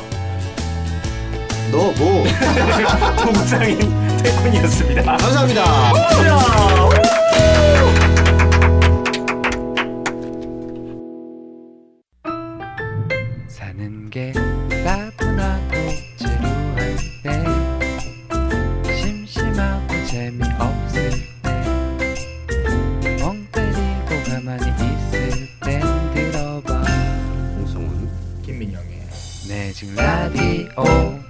A: 너
D: (laughs)
A: 뭐?
H: 동상인 태권이었습니다.
A: 감사합니다.
F: 사는 게 나쁘나고 지루할 때 심심하고 재미없을 때 멍 때리고 가만히 있을 땐 들어봐
A: 홍성훈.
D: 김민영이에요.
F: 네 지금 라디오